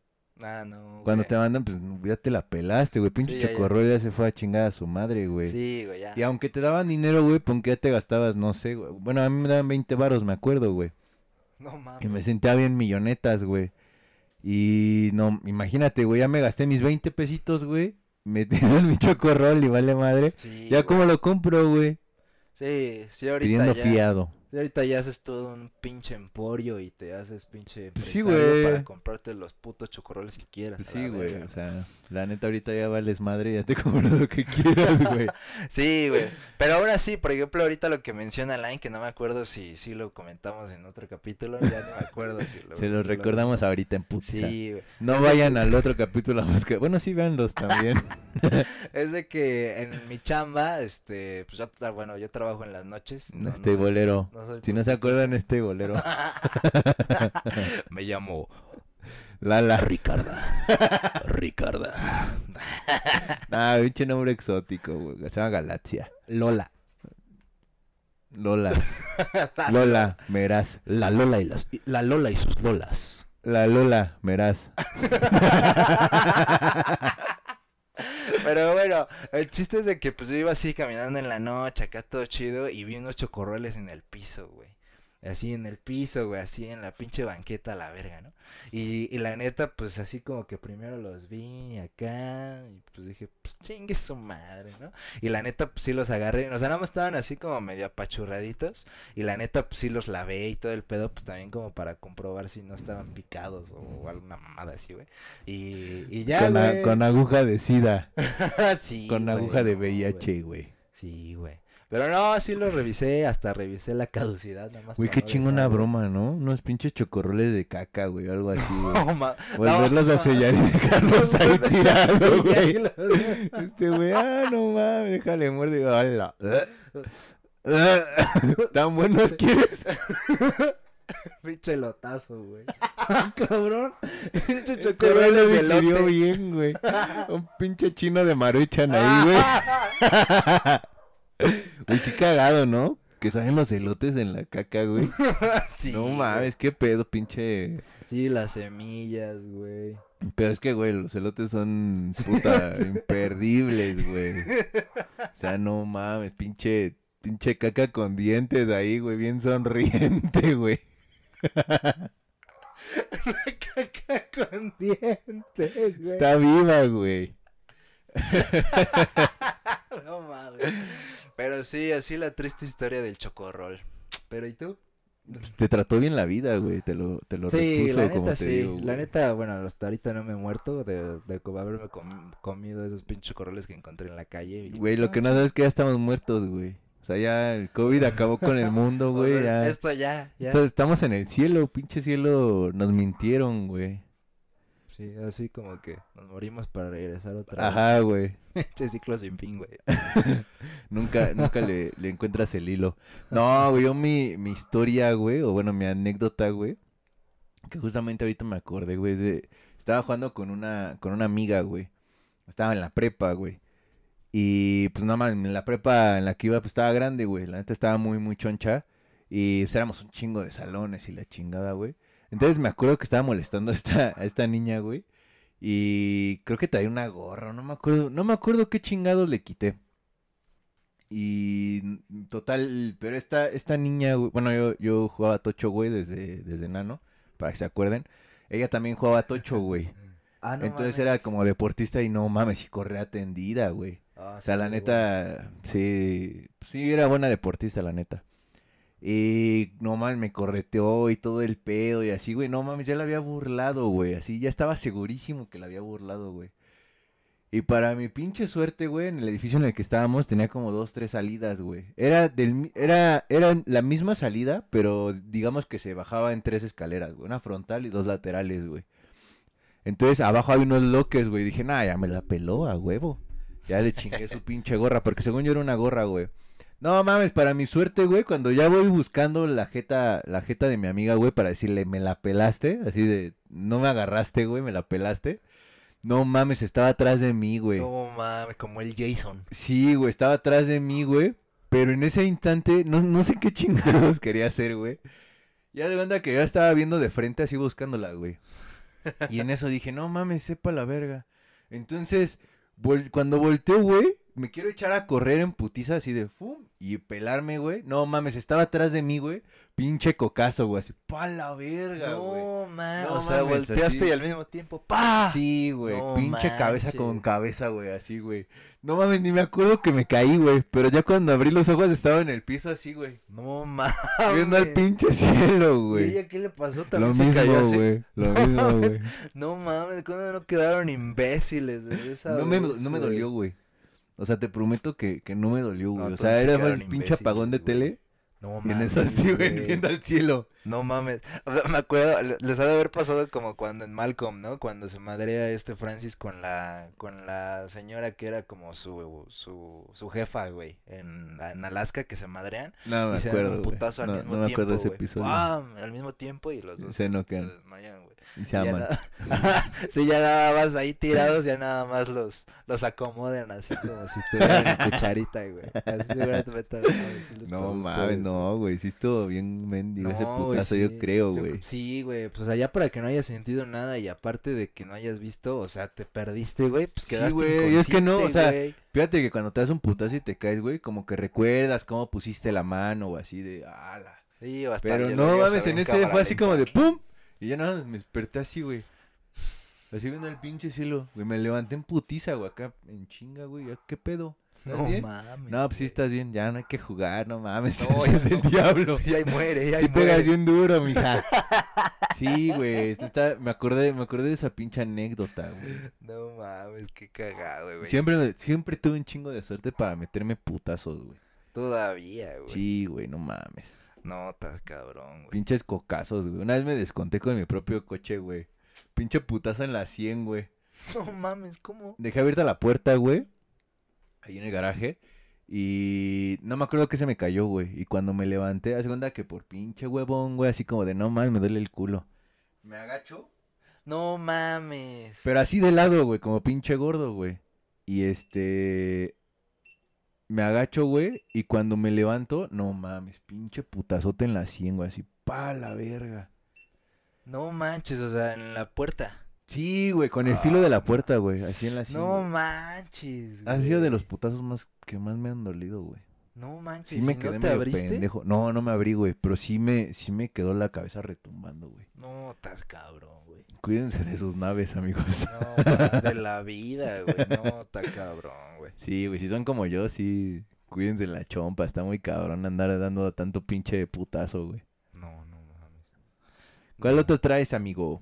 [SPEAKER 1] Ah, no.
[SPEAKER 2] Cuando
[SPEAKER 1] güey.
[SPEAKER 2] te mandan, pues ya te la pelaste, güey. Pinche
[SPEAKER 1] Sí, ya, ya.
[SPEAKER 2] chocorrol ya. se fue a chingar a su madre, güey.
[SPEAKER 1] Sí, güey, ya.
[SPEAKER 2] Y aunque te daban dinero, güey, porque ya te gastabas, no sé, güey. Bueno, a mí me daban 20 varos, me acuerdo, güey.
[SPEAKER 1] No
[SPEAKER 2] Y
[SPEAKER 1] mames.
[SPEAKER 2] me sentía bien millonetas, güey. Y no, imagínate, güey, ya me gasté mis 20 pesitos, güey. Me dieron mi chocorrol y vale madre.
[SPEAKER 1] Sí,
[SPEAKER 2] ya
[SPEAKER 1] güey.
[SPEAKER 2] como lo compro, güey.
[SPEAKER 1] Sí, sí, ahorita
[SPEAKER 2] Pidiendo
[SPEAKER 1] ya.
[SPEAKER 2] fiado.
[SPEAKER 1] sí, ahorita ya haces todo un pinche emporio y te haces pinche
[SPEAKER 2] Pues sí,
[SPEAKER 1] empresario
[SPEAKER 2] güey.
[SPEAKER 1] para comprarte los putos chocorroles que quieras.
[SPEAKER 2] Pues
[SPEAKER 1] a
[SPEAKER 2] sí,
[SPEAKER 1] la
[SPEAKER 2] güey.
[SPEAKER 1] verga.
[SPEAKER 2] O sea, la neta ahorita ya vales madre, ya te compro lo que quieras, güey.
[SPEAKER 1] Sí, güey. Pero ahora sí, por ejemplo, ahorita lo que menciona Line, que no me acuerdo si, si lo comentamos en otro capítulo, ya no me acuerdo si lo.
[SPEAKER 2] Se
[SPEAKER 1] lo-
[SPEAKER 2] los recordamos ahorita en putiza.
[SPEAKER 1] Sí, güey.
[SPEAKER 2] No
[SPEAKER 1] Es de
[SPEAKER 2] vayan al otro capítulo a buscar. Bueno, sí, véanlos también.
[SPEAKER 1] Es de que en mi chamba, este, pues yo, tra- bueno, yo trabajo en las noches. no- no
[SPEAKER 2] este
[SPEAKER 1] soy-
[SPEAKER 2] bolero.
[SPEAKER 1] no soy
[SPEAKER 2] Si no se acuerdan, este bolero.
[SPEAKER 1] prostituta. me llamo
[SPEAKER 2] Lala.
[SPEAKER 1] Ricarda. Ricarda.
[SPEAKER 2] Ah, pinche nombre exótico, güey. Se llama Galaxia.
[SPEAKER 1] Lola.
[SPEAKER 2] Lola. Lola, Meraz.
[SPEAKER 1] La Lola y las la Lola y sus Lolas.
[SPEAKER 2] La Lola, Meraz.
[SPEAKER 1] Pero bueno, el chiste es de que pues yo iba así caminando en la noche, acá todo chido, y vi unos chocorroles en el piso, güey. Así en el piso, güey, así en la pinche banqueta a la verga, ¿no? Y, y la neta, pues así como que primero los vi acá, y pues dije, pues chingue su madre, ¿no? Y la neta, pues sí los agarré, o sea, nada más estaban así como medio apachurraditos, y la neta, pues sí los lavé y todo el pedo, pues también como para comprobar si no estaban picados o alguna mamada así, güey. Y, y ya,
[SPEAKER 2] con, a-
[SPEAKER 1] güey.
[SPEAKER 2] con aguja de SIDA.
[SPEAKER 1] Ah, Sí,
[SPEAKER 2] con
[SPEAKER 1] güey,
[SPEAKER 2] aguja de
[SPEAKER 1] no, güey.
[SPEAKER 2] VIH, güey.
[SPEAKER 1] Sí, güey. Pero no, sí lo revisé, hasta revisé la caducidad nada más.
[SPEAKER 2] Güey,
[SPEAKER 1] para
[SPEAKER 2] qué
[SPEAKER 1] no
[SPEAKER 2] chingona
[SPEAKER 1] dejarlo.
[SPEAKER 2] broma, ¿no? Unos pinches chocorroles de caca, güey, o algo así, güey.
[SPEAKER 1] No, ma-
[SPEAKER 2] Volverlos
[SPEAKER 1] no,
[SPEAKER 2] a sellar y dejarlos ahí
[SPEAKER 1] Volverlos a
[SPEAKER 2] tirados,
[SPEAKER 1] sellar y
[SPEAKER 2] güey.
[SPEAKER 1] los-
[SPEAKER 2] Este güey, ah, no mames, déjale muerde. y hala. ¿Tan buenos quieres?
[SPEAKER 1] Pinche lotazo, güey. Ah, Cabrón. Pinche
[SPEAKER 2] Este güey lo
[SPEAKER 1] chocorroles de
[SPEAKER 2] digirió
[SPEAKER 1] elote.
[SPEAKER 2] bien, güey. Un pinche chino de maruchan ahí, güey.
[SPEAKER 1] Ah,
[SPEAKER 2] Uy, qué cagado, ¿no? Que salen los elotes en la caca, güey.
[SPEAKER 1] Sí,
[SPEAKER 2] No
[SPEAKER 1] güey.
[SPEAKER 2] mames, qué pedo, pinche.
[SPEAKER 1] Sí, las semillas, güey.
[SPEAKER 2] Pero es que, güey, los elotes son puta imperdibles, güey. O sea, no mames, pinche, pinche caca con dientes ahí, güey, bien sonriente, güey.
[SPEAKER 1] Caca con dientes, güey.
[SPEAKER 2] Está viva, güey.
[SPEAKER 1] No mames. Pero sí, así la triste historia del chocorrol. Pero ¿y tú?
[SPEAKER 2] Pues, Te trató bien la vida, güey, te lo, te lo
[SPEAKER 1] Sí,
[SPEAKER 2] repuso,
[SPEAKER 1] la
[SPEAKER 2] como
[SPEAKER 1] neta
[SPEAKER 2] te
[SPEAKER 1] sí.
[SPEAKER 2] digo,
[SPEAKER 1] la
[SPEAKER 2] güey.
[SPEAKER 1] neta, bueno, hasta ahorita no me he muerto de, de co- haberme com- comido esos pinches chocorroles que encontré en la calle. y,
[SPEAKER 2] Güey,
[SPEAKER 1] pues,
[SPEAKER 2] lo que no sabes es que ya estamos muertos, güey. O sea, ya el COVID acabó con el mundo,
[SPEAKER 1] o
[SPEAKER 2] güey.
[SPEAKER 1] sea,
[SPEAKER 2] ya.
[SPEAKER 1] pues, es- Esto ya, ya.
[SPEAKER 2] Esto- Estamos en el cielo, pinche cielo, nos mintieron, güey.
[SPEAKER 1] Sí, así como que nos morimos para regresar otra vez.
[SPEAKER 2] Ajá, güey.
[SPEAKER 1] Pinche ciclo sin fin, güey.
[SPEAKER 2] Nunca, nunca le, le encuentras el hilo. No, güey, yo mi, mi historia, güey, o bueno, mi anécdota, güey, que justamente ahorita me acordé, güey, es de... Estaba jugando con una, con una amiga, güey. Estaba en la prepa, güey. Y pues nada más, en la prepa en la que iba, pues estaba grande, güey. La neta estaba muy, muy choncha. Y pues, éramos un chingo de salones y la chingada, güey. Entonces me acuerdo que estaba molestando a esta, a esta niña, güey. Y creo que traía una gorra, no me acuerdo, no me acuerdo qué chingados le quité. Y n- total, pero esta, esta niña, güey, bueno, yo, yo jugaba tocho, güey, desde, desde nano, para que se acuerden. Ella también jugaba tocho, güey.
[SPEAKER 1] Ah, no
[SPEAKER 2] Entonces
[SPEAKER 1] mames.
[SPEAKER 2] era como deportista y no mames, y correa tendida, güey.
[SPEAKER 1] Ah,
[SPEAKER 2] O sea, la
[SPEAKER 1] sí,
[SPEAKER 2] neta, sí, sí, era buena deportista, la neta. Y no mames, me correteó y todo el pedo y así, güey. No mames, ya la había burlado, güey. Así, ya estaba segurísimo que la había burlado, güey. Y para mi pinche suerte, güey, en el edificio en el que estábamos tenía como dos, tres salidas, güey. Era del, mi- era, era la misma salida, pero digamos que se bajaba en tres escaleras, güey. Una frontal y dos laterales, güey. Entonces abajo había unos lockers, güey. Dije, nah, ya me la peló a huevo. Ya le chingué su pinche gorra, porque según yo era una gorra, güey. No mames, para mi suerte, güey, cuando ya voy buscando la jeta, la jeta de mi amiga, güey, para decirle, me la pelaste, así de, no me agarraste, güey, me la pelaste. No mames, estaba atrás de mí, güey.
[SPEAKER 1] No mames, como el Jason.
[SPEAKER 2] Sí, güey, estaba atrás de mí, güey. Pero en ese instante, no, no sé qué chingados quería hacer, güey. Ya de onda que yo estaba viendo de frente así buscándola, güey. Y en eso dije, no mames, sepa la verga. Entonces, vol- cuando volteo, güey, me quiero echar a correr en putiza así de fum y pelarme, güey. No mames, estaba atrás de mí, güey. Pinche cocazo, güey. Así, pa la verga, güey.
[SPEAKER 1] No mames.
[SPEAKER 2] No
[SPEAKER 1] o sea,
[SPEAKER 2] mames,
[SPEAKER 1] volteaste
[SPEAKER 2] así.
[SPEAKER 1] y al mismo tiempo ¡pa!
[SPEAKER 2] Sí, güey.
[SPEAKER 1] No
[SPEAKER 2] pinche cabeza con
[SPEAKER 1] manches.
[SPEAKER 2] cabeza, güey. Así, güey. No mames, ni me acuerdo que me caí, güey. Pero ya cuando abrí los ojos estaba en el piso así, güey.
[SPEAKER 1] No mames.
[SPEAKER 2] Viendo al pinche cielo,
[SPEAKER 1] ¿Y
[SPEAKER 2] güey.
[SPEAKER 1] ella qué le pasó?
[SPEAKER 2] Lo
[SPEAKER 1] También se cayó
[SPEAKER 2] mismo,
[SPEAKER 1] así.
[SPEAKER 2] güey.
[SPEAKER 1] No
[SPEAKER 2] Lo mismo,
[SPEAKER 1] mames,
[SPEAKER 2] güey.
[SPEAKER 1] No mames, ¿cuándo no quedaron imbéciles de esa
[SPEAKER 2] No me,
[SPEAKER 1] vez,
[SPEAKER 2] no me
[SPEAKER 1] güey?
[SPEAKER 2] dolió, güey. O sea, te prometo que, que no me dolió, güey.
[SPEAKER 1] No,
[SPEAKER 2] o sea,
[SPEAKER 1] entonces sí
[SPEAKER 2] era
[SPEAKER 1] quedaron
[SPEAKER 2] el pinche
[SPEAKER 1] imbéciles,
[SPEAKER 2] apagón de
[SPEAKER 1] güey.
[SPEAKER 2] tele.
[SPEAKER 1] No
[SPEAKER 2] Y
[SPEAKER 1] mames.
[SPEAKER 2] en eso así, güey,
[SPEAKER 1] güey.
[SPEAKER 2] viendo al cielo.
[SPEAKER 1] No mames. Me acuerdo, le- les ha de haber pasado como cuando en Malcolm, ¿no? Cuando se madrea este Francis con la con la señora que era como su su, su jefa, güey, en, en Alaska que se madrean
[SPEAKER 2] No me
[SPEAKER 1] y se dan
[SPEAKER 2] acuerdo,
[SPEAKER 1] un
[SPEAKER 2] güey.
[SPEAKER 1] putazo al
[SPEAKER 2] No,
[SPEAKER 1] mismo
[SPEAKER 2] no me
[SPEAKER 1] tiempo,
[SPEAKER 2] acuerdo ese
[SPEAKER 1] güey. Ah,
[SPEAKER 2] episodio.
[SPEAKER 1] ¡Pam! Al mismo tiempo y los dos
[SPEAKER 2] Se
[SPEAKER 1] se
[SPEAKER 2] noquean
[SPEAKER 1] desmayan, güey.
[SPEAKER 2] y se
[SPEAKER 1] Ya
[SPEAKER 2] aman.
[SPEAKER 1] nada- sí, ya nada más ahí tirados, ya nada más los, los acomodan así como si estuvieran en cucharita, güey. Así seguramente van a decirles para
[SPEAKER 2] No mames,
[SPEAKER 1] ustedes.
[SPEAKER 2] no, güey. Sí estuvo bien mendigo ese
[SPEAKER 1] No, güey,
[SPEAKER 2] putazo,
[SPEAKER 1] sí.
[SPEAKER 2] yo creo,
[SPEAKER 1] Yo-
[SPEAKER 2] güey.
[SPEAKER 1] Sí, güey, pues allá para que no hayas sentido nada y aparte de que no hayas visto, o sea, te perdiste, güey, pues
[SPEAKER 2] Sí,
[SPEAKER 1] quedaste
[SPEAKER 2] güey, es que no, o
[SPEAKER 1] inconsciente,
[SPEAKER 2] sea,
[SPEAKER 1] güey.
[SPEAKER 2] Fíjate que cuando te das un putazo y te caes, güey, como que recuerdas cómo pusiste la mano o así de ala.
[SPEAKER 1] Sí, bastante.
[SPEAKER 2] Pero
[SPEAKER 1] yo lo
[SPEAKER 2] no
[SPEAKER 1] vi, o sea,
[SPEAKER 2] mames,
[SPEAKER 1] vi
[SPEAKER 2] en
[SPEAKER 1] en
[SPEAKER 2] ese
[SPEAKER 1] cámara
[SPEAKER 2] fue así como de
[SPEAKER 1] lenta.
[SPEAKER 2] ¡pum! Y ya nada, me desperté así, güey. Así viendo el pinche cielo. Güey, me levanté en putiza, güey, acá en chinga, güey. ya, ¿Qué pedo? ¿Estás
[SPEAKER 1] No
[SPEAKER 2] bien?
[SPEAKER 1] mames.
[SPEAKER 2] No, pues sí estás bien, ya no hay que jugar, no mames.
[SPEAKER 1] No,
[SPEAKER 2] ese
[SPEAKER 1] ya
[SPEAKER 2] es el
[SPEAKER 1] no.
[SPEAKER 2] diablo.
[SPEAKER 1] Y ahí muere, y ahí
[SPEAKER 2] Sí pegas
[SPEAKER 1] muere.
[SPEAKER 2] bien duro, mija. Sí, güey, esto está- me acordé, me acordé de esa pinche anécdota, güey.
[SPEAKER 1] No mames, qué cagado, güey.
[SPEAKER 2] Siempre, me- siempre tuve un chingo de suerte para meterme putazos, güey.
[SPEAKER 1] Todavía, güey.
[SPEAKER 2] Sí, güey, no mames.
[SPEAKER 1] No, estás cabrón, güey.
[SPEAKER 2] Pinches cocazos, güey. Una vez me desconté con mi propio coche, güey. Pinche putazo en la 100, güey.
[SPEAKER 1] No mames, ¿cómo?
[SPEAKER 2] Dejé abierta la puerta, güey. Ahí en el garaje. Y no me acuerdo que se me cayó, güey. Y cuando me levanté, hace cuenta que por pinche huevón, güey, así como de no mames, me duele el culo. Me agacho.
[SPEAKER 1] No mames.
[SPEAKER 2] Pero así de lado, güey, como pinche gordo, güey. Y este. Me agacho, güey. Y cuando me levanto, no mames, pinche putazote en la 100, güey. Así, pa la verga.
[SPEAKER 1] No manches, o sea, en la puerta.
[SPEAKER 2] Sí, güey, con el filo de la puerta, güey. Pues, Así en la 100.
[SPEAKER 1] No
[SPEAKER 2] güey.
[SPEAKER 1] manches,
[SPEAKER 2] Ha sido de
[SPEAKER 1] güey.
[SPEAKER 2] los putazos más que más me han dolido, güey.
[SPEAKER 1] No
[SPEAKER 2] Sí,
[SPEAKER 1] manches,
[SPEAKER 2] me
[SPEAKER 1] ¿y
[SPEAKER 2] quedé
[SPEAKER 1] ¿no te
[SPEAKER 2] medio
[SPEAKER 1] abriste?
[SPEAKER 2] pendejo. No, no me abrí, güey. Pero sí me, sí me quedó la cabeza retumbando, güey.
[SPEAKER 1] No, estás cabrón, güey.
[SPEAKER 2] Cuídense de sus naves, amigos.
[SPEAKER 1] No, pa- de la vida, güey. No, está cabrón, güey.
[SPEAKER 2] Sí, güey, si son como yo, sí. Cuídense la chompa. Está muy cabrón andar dando tanto pinche putazo, güey.
[SPEAKER 1] No, no mames.
[SPEAKER 2] ¿Cuál
[SPEAKER 1] No.
[SPEAKER 2] otro traes, amigo?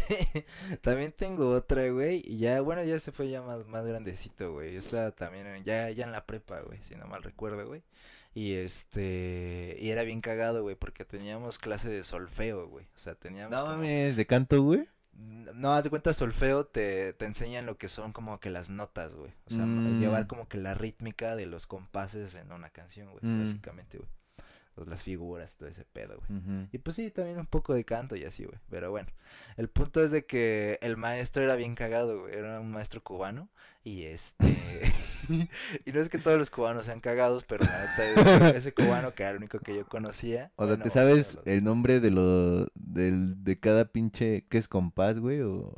[SPEAKER 1] también tengo otra, güey. Y ya, bueno, ya se fue ya más, más grandecito, güey. Yo estaba también en- ya, ya en la prepa, güey, si no mal recuerdo, güey. Y este, y era bien cagado, güey, porque teníamos clase de solfeo, güey. O sea, teníamos
[SPEAKER 2] No
[SPEAKER 1] como-
[SPEAKER 2] mames, de canto, güey.
[SPEAKER 1] N- No, haz de cuenta, solfeo te, te enseñan lo que son como que las notas, güey. O sea, ma-
[SPEAKER 2] Mm.
[SPEAKER 1] llevar como que la rítmica de los compases en una canción, güey,
[SPEAKER 2] Mm.
[SPEAKER 1] básicamente, güey. Pues, las figuras, todo ese pedo, güey.
[SPEAKER 2] Ujú.
[SPEAKER 1] Y pues sí, también un poco de canto y así, güey. Pero bueno, el punto es de que el maestro era bien cagado, güey. Era un maestro cubano y este... y no es que todos los cubanos sean cagados, pero la neta, ese, ese cubano que era el único que yo conocía.
[SPEAKER 2] O sea,
[SPEAKER 1] bueno,
[SPEAKER 2] ¿te
[SPEAKER 1] uno
[SPEAKER 2] sabes eh?
[SPEAKER 1] de los-
[SPEAKER 2] el nombre de lo, del, de cada pinche que es compás, güey? O...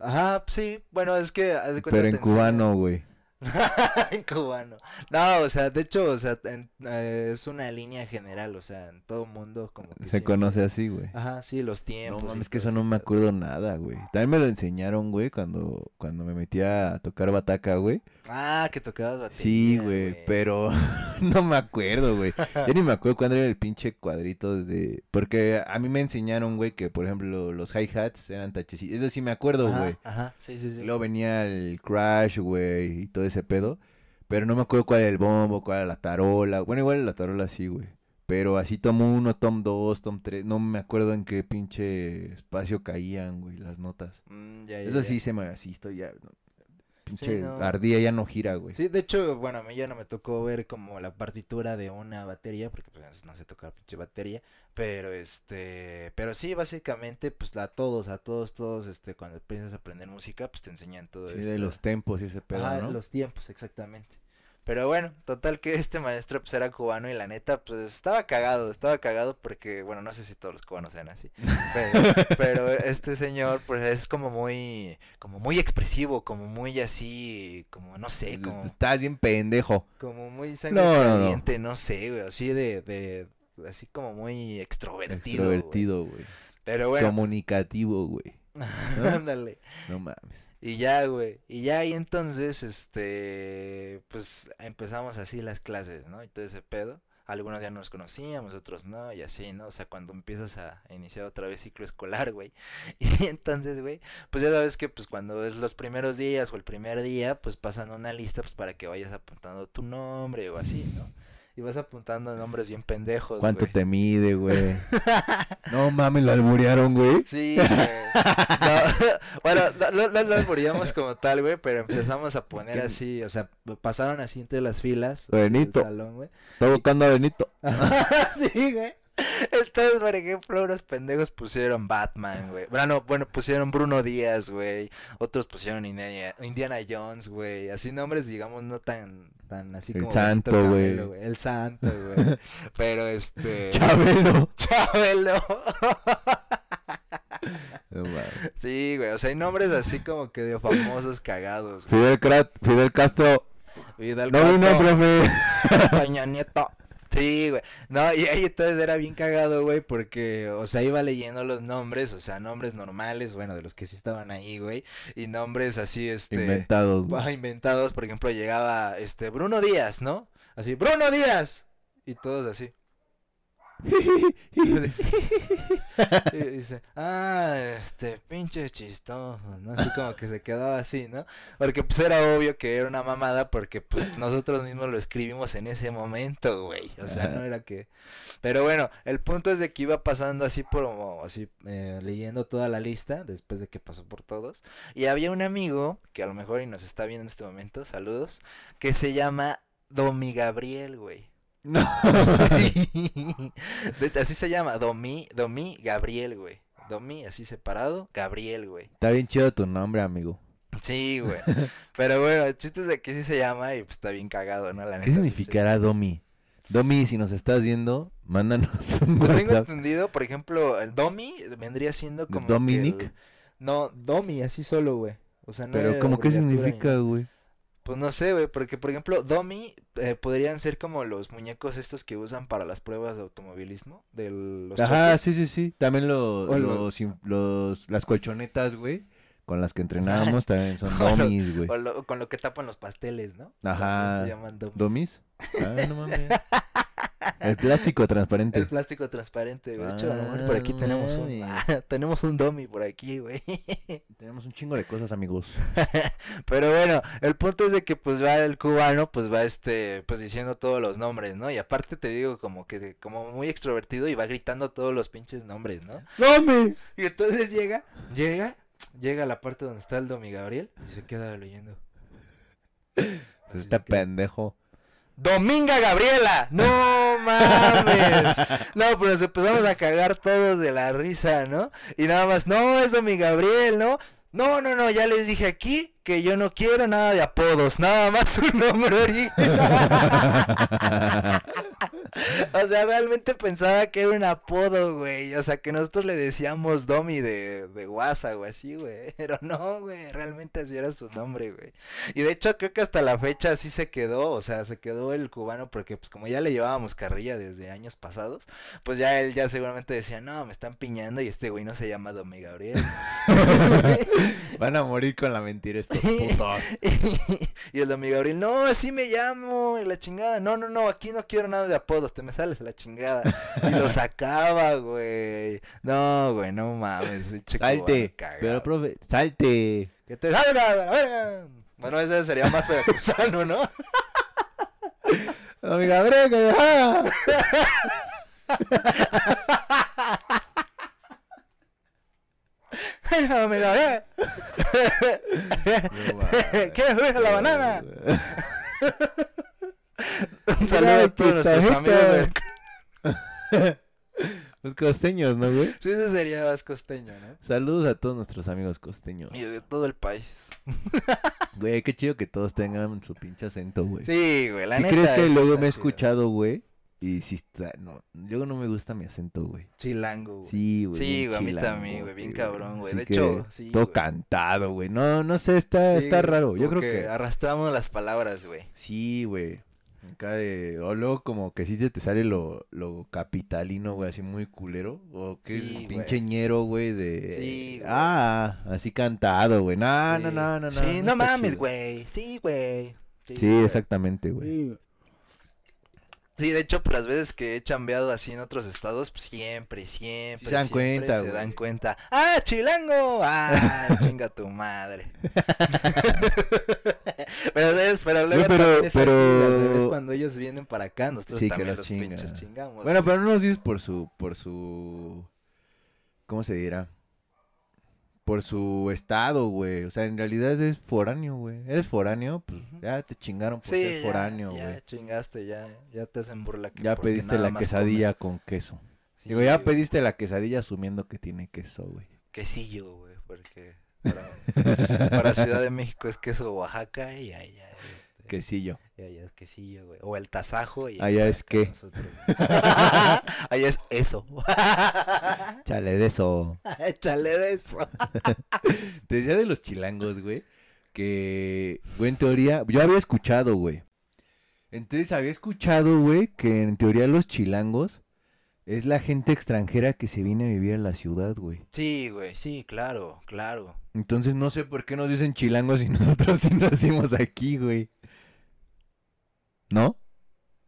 [SPEAKER 1] Ajá, sí. Bueno, es que... haz de cuenta,
[SPEAKER 2] Pero en
[SPEAKER 1] te enseñan-
[SPEAKER 2] cubano, güey.
[SPEAKER 1] En cubano. No, o sea, de hecho, o sea, en- eh, es una línea general, o sea, en todo mundo como que
[SPEAKER 2] Se
[SPEAKER 1] siempre-
[SPEAKER 2] conoce así, güey.
[SPEAKER 1] Ajá, Ah, pues sí, los
[SPEAKER 2] No
[SPEAKER 1] tiempos. y
[SPEAKER 2] mames, que
[SPEAKER 1] todo
[SPEAKER 2] eso
[SPEAKER 1] ese
[SPEAKER 2] no me
[SPEAKER 1] pedo.
[SPEAKER 2] acuerdo nada, güey. También me lo enseñaron, güey, cuando, cuando me metí a tocar bataca, güey.
[SPEAKER 1] Ah, que tocabas batería.
[SPEAKER 2] Sí, güey, pero no me acuerdo, güey. Yo ni me acuerdo cuándo era el pinche cuadrito de... Porque a mí me enseñaron, güey, que, por ejemplo, los hi-hats eran tachecitos. Eso sí me acuerdo,
[SPEAKER 1] Ajá,
[SPEAKER 2] güey.
[SPEAKER 1] Ajá, sí, sí,
[SPEAKER 2] Y
[SPEAKER 1] sí.
[SPEAKER 2] Luego venía el crash, güey, y todo ese pedo. Pero no me acuerdo cuál era el bombo, cuál era la tarola. Bueno, igual la tarola sí, güey. Pero así tom 1, tom 2, tom 3. No me acuerdo en qué pinche espacio caían, güey, las notas.
[SPEAKER 1] Mm, ya, ya,
[SPEAKER 2] Eso
[SPEAKER 1] ya.
[SPEAKER 2] sí se me así estoy ya. no, Pinche
[SPEAKER 1] no.
[SPEAKER 2] ardía ya no gira, güey.
[SPEAKER 1] Sí, de hecho, bueno, a mí ya no me tocó ver como la partitura de una batería, porque pues no sé tocar pinche batería, pero este, pero sí, básicamente, pues a todos, a todos, todos, este, cuando empiezas a aprender música, pues te enseñan todo
[SPEAKER 2] Sí,
[SPEAKER 1] esto.
[SPEAKER 2] de los tempos y ese pedo,
[SPEAKER 1] Ajá,
[SPEAKER 2] ¿no?
[SPEAKER 1] los tiempos, exactamente. Pero bueno, total que este maestro pues era cubano y la neta pues estaba cagado, estaba cagado porque, bueno, no sé si todos los cubanos sean así, pero, pero este señor pues es como muy, como muy expresivo, como muy así, como no sé, como,
[SPEAKER 2] Estás bien pendejo.
[SPEAKER 1] como muy sangre
[SPEAKER 2] No, no, no.
[SPEAKER 1] caliente, no sé, güey, así de, de, así como muy extrovertido. güey.
[SPEAKER 2] Extrovertido, güey.
[SPEAKER 1] Pero bueno,
[SPEAKER 2] Comunicativo, güey. ¿no?
[SPEAKER 1] ándale.
[SPEAKER 2] No mames.
[SPEAKER 1] Y ya, güey. Y ya, y entonces, este, pues empezamos así las clases, ¿no? Y todo ese pedo. Algunos ya nos conocíamos, otros no, y así, ¿no? O sea, cuando empiezas a iniciar otra vez ciclo escolar, güey. Y entonces, güey, pues ya sabes que, pues cuando es los primeros días o el primer día, pues pasan una lista, pues para que vayas apuntando tu nombre o así, ¿no? Y vas apuntando nombres bien pendejos,
[SPEAKER 2] ¿Cuánto
[SPEAKER 1] Pues, güey.
[SPEAKER 2] te mide, güey? no mames, lo alburearon, güey.
[SPEAKER 1] Sí, güey. No, bueno, no, no, no lo albureamos como tal, güey, pero empezamos a poner así, o sea, pasaron así entre las filas. así del
[SPEAKER 2] Benito.
[SPEAKER 1] salón, güey.
[SPEAKER 2] Está buscando a Benito.
[SPEAKER 1] sí, güey. Entonces, por ejemplo, unos pendejos pusieron Batman, güey. Bueno, no, bueno, pusieron Bruno Díaz, güey. Otros pusieron Indiana, Indiana Jones, güey. Así nombres, digamos, no tan, tan así
[SPEAKER 2] El
[SPEAKER 1] como.
[SPEAKER 2] Santo,
[SPEAKER 1] Benito
[SPEAKER 2] güey.
[SPEAKER 1] Camelo, El santo, güey. Pero este.
[SPEAKER 2] Chabelo.
[SPEAKER 1] Chabelo.
[SPEAKER 2] No mames.
[SPEAKER 1] Sí, güey, o sea, hay nombres así como que de famosos cagados, güey.
[SPEAKER 2] Fidel, Crat- Fidel Castro.
[SPEAKER 1] Vidal
[SPEAKER 2] No vino,
[SPEAKER 1] Castro,
[SPEAKER 2] profe.
[SPEAKER 1] Peña Nieto. Sí, güey. No, y ahí entonces era bien cagado, güey, porque, o sea, iba leyendo los nombres, o sea, nombres normales, bueno, de los que sí estaban ahí, güey, y nombres así, este...
[SPEAKER 2] Inventados, güey.
[SPEAKER 1] ah, inventados, por ejemplo, llegaba, este, Bruno Díaz, ¿no? Así, Bruno Díaz. Y todos así. Y dice, ah, este, pinche chistoso, ¿no? Así como que se quedaba así, ¿no? Porque pues era obvio que era una mamada porque pues nosotros mismos lo escribimos en ese momento, güey. O sea, no era que... Pero bueno, el punto es de que iba pasando así por, así, eh, leyendo toda la lista, después de que pasó por todos. Y había un amigo, que a lo mejor y nos está viendo en este momento, saludos, que se llama Domi Gabriel, güey.
[SPEAKER 2] No.
[SPEAKER 1] De hecho, así se llama, Domi, Domi Gabriel, güey. Domi, así separado, Gabriel, güey.
[SPEAKER 2] Está bien chido tu nombre, amigo.
[SPEAKER 1] Sí, güey. Pero bueno, el chiste es de que sí se llama y pues está bien cagado, ¿no? La neta,
[SPEAKER 2] ¿Qué significará Domi? Domi, si nos estás viendo, mándanos un
[SPEAKER 1] Pues tengo
[SPEAKER 2] WhatsApp.
[SPEAKER 1] entendido, por ejemplo, el Domi vendría siendo como. que
[SPEAKER 2] ¿Dominic?
[SPEAKER 1] el- No, Domi, así solo, güey. O sea, no
[SPEAKER 2] Pero,
[SPEAKER 1] era
[SPEAKER 2] ¿cómo qué
[SPEAKER 1] abreviatura ni
[SPEAKER 2] significa, güey?
[SPEAKER 1] Pues no sé, güey, porque por ejemplo, Domi eh, podrían ser como los muñecos estos que usan para las pruebas de automovilismo, de los
[SPEAKER 2] Ajá,
[SPEAKER 1] choques.
[SPEAKER 2] sí, sí, sí. También lo-
[SPEAKER 1] O los-
[SPEAKER 2] los, in- los- las colchonetas, güey, con las que entrenábamos también son
[SPEAKER 1] O los-
[SPEAKER 2] domis, güey.
[SPEAKER 1] O lo- con lo que tapan los pasteles, ¿no?
[SPEAKER 2] Ajá.
[SPEAKER 1] Se llaman domis.
[SPEAKER 2] ¿Domis? Ah, no mames. El plástico transparente.
[SPEAKER 1] El plástico transparente, güey. De hecho, a lo mejor por
[SPEAKER 2] Ah,
[SPEAKER 1] aquí
[SPEAKER 2] no
[SPEAKER 1] tenemos un
[SPEAKER 2] mames.
[SPEAKER 1] tenemos un domi por aquí, güey.
[SPEAKER 2] Tenemos un chingo de cosas, amigos.
[SPEAKER 1] Pero bueno, el punto es de que pues va el cubano, pues va este, pues diciendo todos los nombres, ¿no? Y aparte te digo como que como muy extrovertido y va gritando todos los pinches nombres, ¿no?
[SPEAKER 2] ¡Domi!
[SPEAKER 1] Y entonces llega, llega, llega a la parte donde está el Domi Gabriel y se queda leyendo.
[SPEAKER 2] Pues está pendejo.
[SPEAKER 1] Dominga Gabriela, no mames. No, pero nos empezamos a cagar todos de la risa, ¿no? Y nada más, no, es Domi Gabriel, ¿no? No, no, no, ya les dije aquí que yo no quiero nada de apodos, nada más un nombre original. O sea, realmente pensaba que era un apodo, güey. O sea, que nosotros le decíamos Domi de, de WhatsApp o así, güey. Pero no, güey, realmente así era su nombre, güey. Y de hecho creo que hasta la fecha así se quedó, o sea, se quedó el cubano porque pues como ya le llevábamos carrilla desde años pasados, pues ya él ya seguramente decía, no, me están piñando y este güey no se llama Domi Gabriel.
[SPEAKER 2] Van a morir con la mentira estos
[SPEAKER 1] Sí.
[SPEAKER 2] putos.
[SPEAKER 1] y el Domi Gabriel, no, así me llamo, y la chingada, no, no, no, aquí no quiero nada de apodos, te me sales a la chingada. Y lo sacaba, güey. No, güey, no mames. pinche cubano
[SPEAKER 2] Salte. Pero,
[SPEAKER 1] cagado.
[SPEAKER 2] profe, salte.
[SPEAKER 1] Que te salga, a la verga. Bueno, ese sería más veracruzano, ¿no?
[SPEAKER 2] Domi Gabriel, que dejá.
[SPEAKER 1] Domi Gabriel. ¿Quieres ver la banana? Un saludo a todos nuestros
[SPEAKER 2] Cristajita.
[SPEAKER 1] amigos. del-
[SPEAKER 2] Los costeños, ¿no, güey?
[SPEAKER 1] Sí, ese sería más costeño, ¿no?
[SPEAKER 2] Saludos a todos nuestros amigos costeños.
[SPEAKER 1] Y de todo el país.
[SPEAKER 2] Güey, qué chido que todos tengan su pinche acento, güey.
[SPEAKER 1] Sí, güey, la
[SPEAKER 2] ¿Y
[SPEAKER 1] neta.
[SPEAKER 2] crees que
[SPEAKER 1] eso
[SPEAKER 2] luego
[SPEAKER 1] está
[SPEAKER 2] me he
[SPEAKER 1] chido.
[SPEAKER 2] escuchado, güey? Y si está... No, luego no me gusta mi acento, güey.
[SPEAKER 1] Chilango, güey.
[SPEAKER 2] Sí, güey.
[SPEAKER 1] Sí,
[SPEAKER 2] bien
[SPEAKER 1] güey, a mí
[SPEAKER 2] chilango,
[SPEAKER 1] también, güey, bien cabrón, güey.
[SPEAKER 2] Así
[SPEAKER 1] De
[SPEAKER 2] que
[SPEAKER 1] hecho, sí,
[SPEAKER 2] Todo
[SPEAKER 1] güey.
[SPEAKER 2] cantado, güey. No, no sé, está,
[SPEAKER 1] Sí,
[SPEAKER 2] está
[SPEAKER 1] güey,
[SPEAKER 2] raro. Yo
[SPEAKER 1] como
[SPEAKER 2] creo que...
[SPEAKER 1] Arrastramos las palabras, güey.
[SPEAKER 2] Sí, güey. Acá de... O luego como que sí se te sale lo, lo capitalino, güey, así muy culero. O que
[SPEAKER 1] Sí,
[SPEAKER 2] es
[SPEAKER 1] güey.
[SPEAKER 2] pinche ñero, güey, de...
[SPEAKER 1] Sí, güey.
[SPEAKER 2] Ah, así cantado, güey. Ah, No, no,
[SPEAKER 1] Sí.
[SPEAKER 2] no, no, no.
[SPEAKER 1] Sí, no
[SPEAKER 2] está
[SPEAKER 1] mames,
[SPEAKER 2] chido.
[SPEAKER 1] güey. Sí, güey.
[SPEAKER 2] Sí,
[SPEAKER 1] güey.
[SPEAKER 2] exactamente, güey.
[SPEAKER 1] Sí. Sí, de hecho, pues, las veces que he chambeado así en otros estados, pues siempre, siempre,
[SPEAKER 2] Sí se dan
[SPEAKER 1] siempre
[SPEAKER 2] cuenta,
[SPEAKER 1] se
[SPEAKER 2] güey.
[SPEAKER 1] dan cuenta. ¡Ah, chilango! ¡Ah, chinga tu madre! pero, ¿sabes? Pero luego
[SPEAKER 2] pero-
[SPEAKER 1] también es así,
[SPEAKER 2] pero-
[SPEAKER 1] al revés, cuando ellos vienen para acá, nosotros
[SPEAKER 2] Sí, que
[SPEAKER 1] también
[SPEAKER 2] los
[SPEAKER 1] los
[SPEAKER 2] chingan.
[SPEAKER 1] pinches chingamos.
[SPEAKER 2] Bueno, pero no nos dices por su... Por su... ¿Cómo se dirá? Por su estado, güey. O sea, en realidad es foráneo, güey. Eres foráneo, pues ya te chingaron pues, por ser
[SPEAKER 1] sí, ya,
[SPEAKER 2] foráneo,
[SPEAKER 1] ya
[SPEAKER 2] güey.
[SPEAKER 1] chingaste, ya, ya te hacen burla. que
[SPEAKER 2] Ya
[SPEAKER 1] porque
[SPEAKER 2] pediste
[SPEAKER 1] nada
[SPEAKER 2] la
[SPEAKER 1] más
[SPEAKER 2] quesadilla con queso.
[SPEAKER 1] comen. Sí,
[SPEAKER 2] Digo, ya
[SPEAKER 1] güey,
[SPEAKER 2] pediste la quesadilla asumiendo que tiene queso, güey.
[SPEAKER 1] Quesillo, güey, porque para, para Ciudad de México es queso Oaxaca y allá es... este,
[SPEAKER 2] Quesillo.
[SPEAKER 1] Y allá es quesillo, güey. O el tasajo. Y
[SPEAKER 2] Allá es
[SPEAKER 1] que
[SPEAKER 2] qué.
[SPEAKER 1] nosotros. allá es eso.
[SPEAKER 2] Chale, de eso.
[SPEAKER 1] Échale de eso.
[SPEAKER 2] Te decía de los chilangos, güey, que, güey, en teoría, yo había escuchado, güey, Entonces había escuchado, güey, que en teoría los chilangos es la gente extranjera que se viene a vivir a la ciudad, güey.
[SPEAKER 1] Sí, güey, sí, claro, claro.
[SPEAKER 2] Entonces no sé por qué nos dicen chilangos y nosotros sí nacimos aquí, güey. ¿No?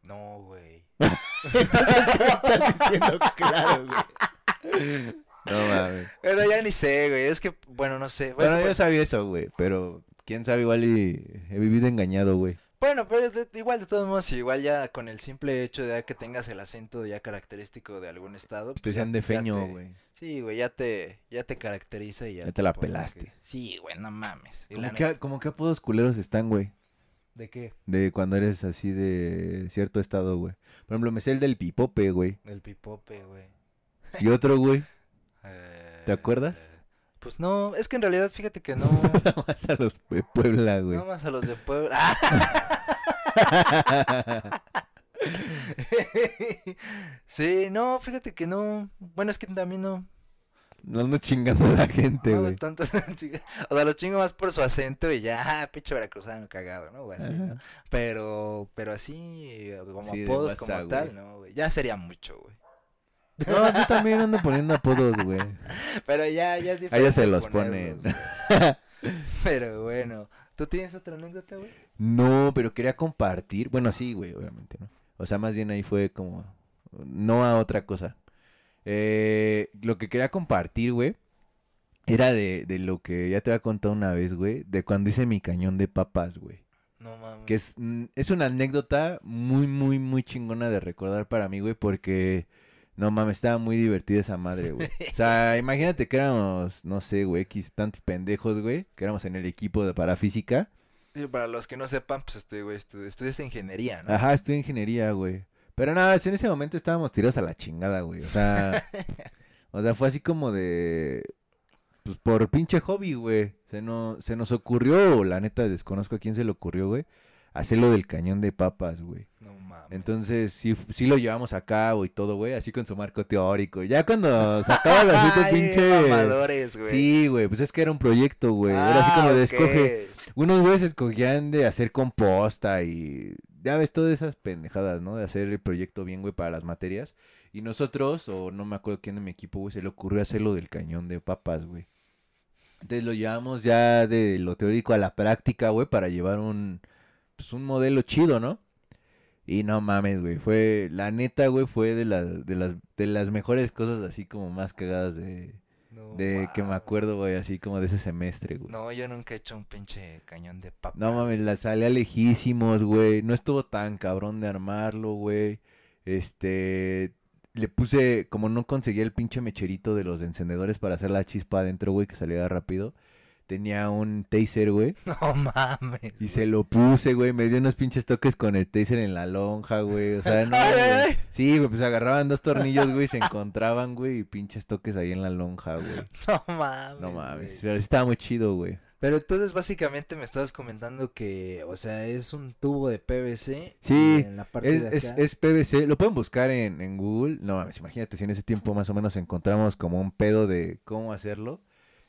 [SPEAKER 1] No, güey.
[SPEAKER 2] Estás diciendo claro, güey. No mames.
[SPEAKER 1] Pero ya ni sé, güey. Es que, bueno, no sé. Pues,
[SPEAKER 2] Bueno, yo
[SPEAKER 1] pues,
[SPEAKER 2] sabía eso, güey, pero quién sabe, igual y he vivido engañado, güey.
[SPEAKER 1] bueno, pero de- igual de todos modos, igual ya con el simple hecho de que tengas el acento ya característico de algún estado. pues,
[SPEAKER 2] Te
[SPEAKER 1] ya-
[SPEAKER 2] sean de
[SPEAKER 1] ya
[SPEAKER 2] feño,
[SPEAKER 1] te-
[SPEAKER 2] güey.
[SPEAKER 1] Sí, güey, ya te, ya te caracteriza y ya.
[SPEAKER 2] Ya te la
[SPEAKER 1] pone que-
[SPEAKER 2] pelaste.
[SPEAKER 1] Sí, güey, no mames. Y la
[SPEAKER 2] Como que,
[SPEAKER 1] neta-
[SPEAKER 2] como que apodos culeros están, güey.
[SPEAKER 1] ¿De qué?
[SPEAKER 2] De cuando eres así de cierto estado, güey. Por ejemplo, me sé el del pipope, güey.
[SPEAKER 1] Del pipope, güey.
[SPEAKER 2] Y otro, güey.
[SPEAKER 1] Eh,
[SPEAKER 2] acuerdas?
[SPEAKER 1] Pues no, es que en realidad fíjate que no.
[SPEAKER 2] Nada más a los de Puebla, güey.
[SPEAKER 1] no más a los de Puebla. ¡Ah! sí, no, fíjate que no. Bueno, es que también no.
[SPEAKER 2] No ando chingando a la gente,
[SPEAKER 1] no hago
[SPEAKER 2] güey.
[SPEAKER 1] tantas chingas. o sea, los chingo más por su acento y ya, ah, pinche veracruzano cagado, ¿no? O así, ¿no?
[SPEAKER 2] Ajá.
[SPEAKER 1] Pero, pero así, eh, como
[SPEAKER 2] Sí, de
[SPEAKER 1] apodos,
[SPEAKER 2] WhatsApp,
[SPEAKER 1] como
[SPEAKER 2] güey.
[SPEAKER 1] tal, no, güey. Ya sería mucho, güey.
[SPEAKER 2] No, yo también ando poniendo apodos, güey.
[SPEAKER 1] Pero ya, ya es
[SPEAKER 2] A
[SPEAKER 1] diferente
[SPEAKER 2] ellos se los
[SPEAKER 1] ponerlos,
[SPEAKER 2] ponen.
[SPEAKER 1] güey. Pero bueno, ¿tú tienes otra anécdota, güey?
[SPEAKER 2] No, pero quería compartir. Bueno, sí, güey, obviamente, ¿no? O sea, más bien ahí fue como. No a otra cosa. Eh, lo que quería compartir, güey, era de, de lo que ya te había contado una vez, güey, de cuando hice mi cañón de papas, güey.
[SPEAKER 1] No mames.
[SPEAKER 2] Que es, mm, es una anécdota muy, muy, muy chingona de recordar para mí, güey, porque no mames, estaba muy divertida esa madre, güey. O sea, imagínate que éramos, no sé, güey, X tantos pendejos, güey, que éramos en el equipo de parafísica.
[SPEAKER 1] Sí, para los que no sepan, pues este güey estu- estudiaste ingeniería, ¿no?
[SPEAKER 2] Ajá, estudié ingeniería, güey. Pero nada, en ese momento estábamos tirados a la chingada, güey. O sea, o sea, fue así como de. Pues por pinche hobby, güey. Se, no, se nos ocurrió, o la neta desconozco a quién se le ocurrió, güey, hacerlo del cañón de papas, güey.
[SPEAKER 1] No mames.
[SPEAKER 2] Entonces, sí, f- sí lo llevamos a cabo y todo, güey, así con su marco teórico. Ya cuando sacabas así tu
[SPEAKER 1] Ay,
[SPEAKER 2] pinche.
[SPEAKER 1] mamadores, güey.
[SPEAKER 2] Sí, güey, pues es que era un proyecto, güey. era así
[SPEAKER 1] Ah,
[SPEAKER 2] como de
[SPEAKER 1] ok.
[SPEAKER 2] escoge. Unos güeyes escogían de hacer composta y ya ves todas esas pendejadas, ¿no? De hacer el proyecto bien, güey, para las materias. Y nosotros, o no me acuerdo quién de mi equipo, güey, se le ocurrió hacer lo del cañón de papas, güey. Entonces lo llevamos ya de lo teórico a la práctica, güey, para llevar un, pues, un modelo chido, ¿no? Y no mames, güey, fue, la neta, güey, fue de las, de las, de las mejores cosas así como más cagadas de,
[SPEAKER 1] No
[SPEAKER 2] de que me
[SPEAKER 1] mames.
[SPEAKER 2] acuerdo, güey, así como de ese semestre, güey.
[SPEAKER 1] No, yo nunca he hecho un pinche cañón de papa.
[SPEAKER 2] No mames, la salía lejísimos, güey. No estuvo tan cabrón de armarlo, güey. Este. Le puse, como no conseguía el pinche mecherito de los encendedores para hacer la chispa adentro, güey, que saliera rápido. Tenía un taser, güey.
[SPEAKER 1] No mames.
[SPEAKER 2] Y se lo puse, güey. Me dio unos pinches toques con el taser en la lonja, güey. O sea, no.
[SPEAKER 1] Ay, ay,
[SPEAKER 2] güey.
[SPEAKER 1] ay.
[SPEAKER 2] Sí, güey, pues agarraban dos tornillos, güey, y se encontraban, güey, y pinches toques ahí en la lonja, güey.
[SPEAKER 1] No mames.
[SPEAKER 2] No mames.
[SPEAKER 1] güey.
[SPEAKER 2] Pero sí estaba muy chido, güey.
[SPEAKER 1] Pero entonces básicamente me estabas comentando que, o sea, es un tubo de PVC. y
[SPEAKER 2] Sí,
[SPEAKER 1] en la parte
[SPEAKER 2] Es,
[SPEAKER 1] de
[SPEAKER 2] es,
[SPEAKER 1] acá-
[SPEAKER 2] es PVC, lo pueden buscar en, en Google. No mames, imagínate si en ese tiempo más o menos encontramos como un pedo de cómo hacerlo.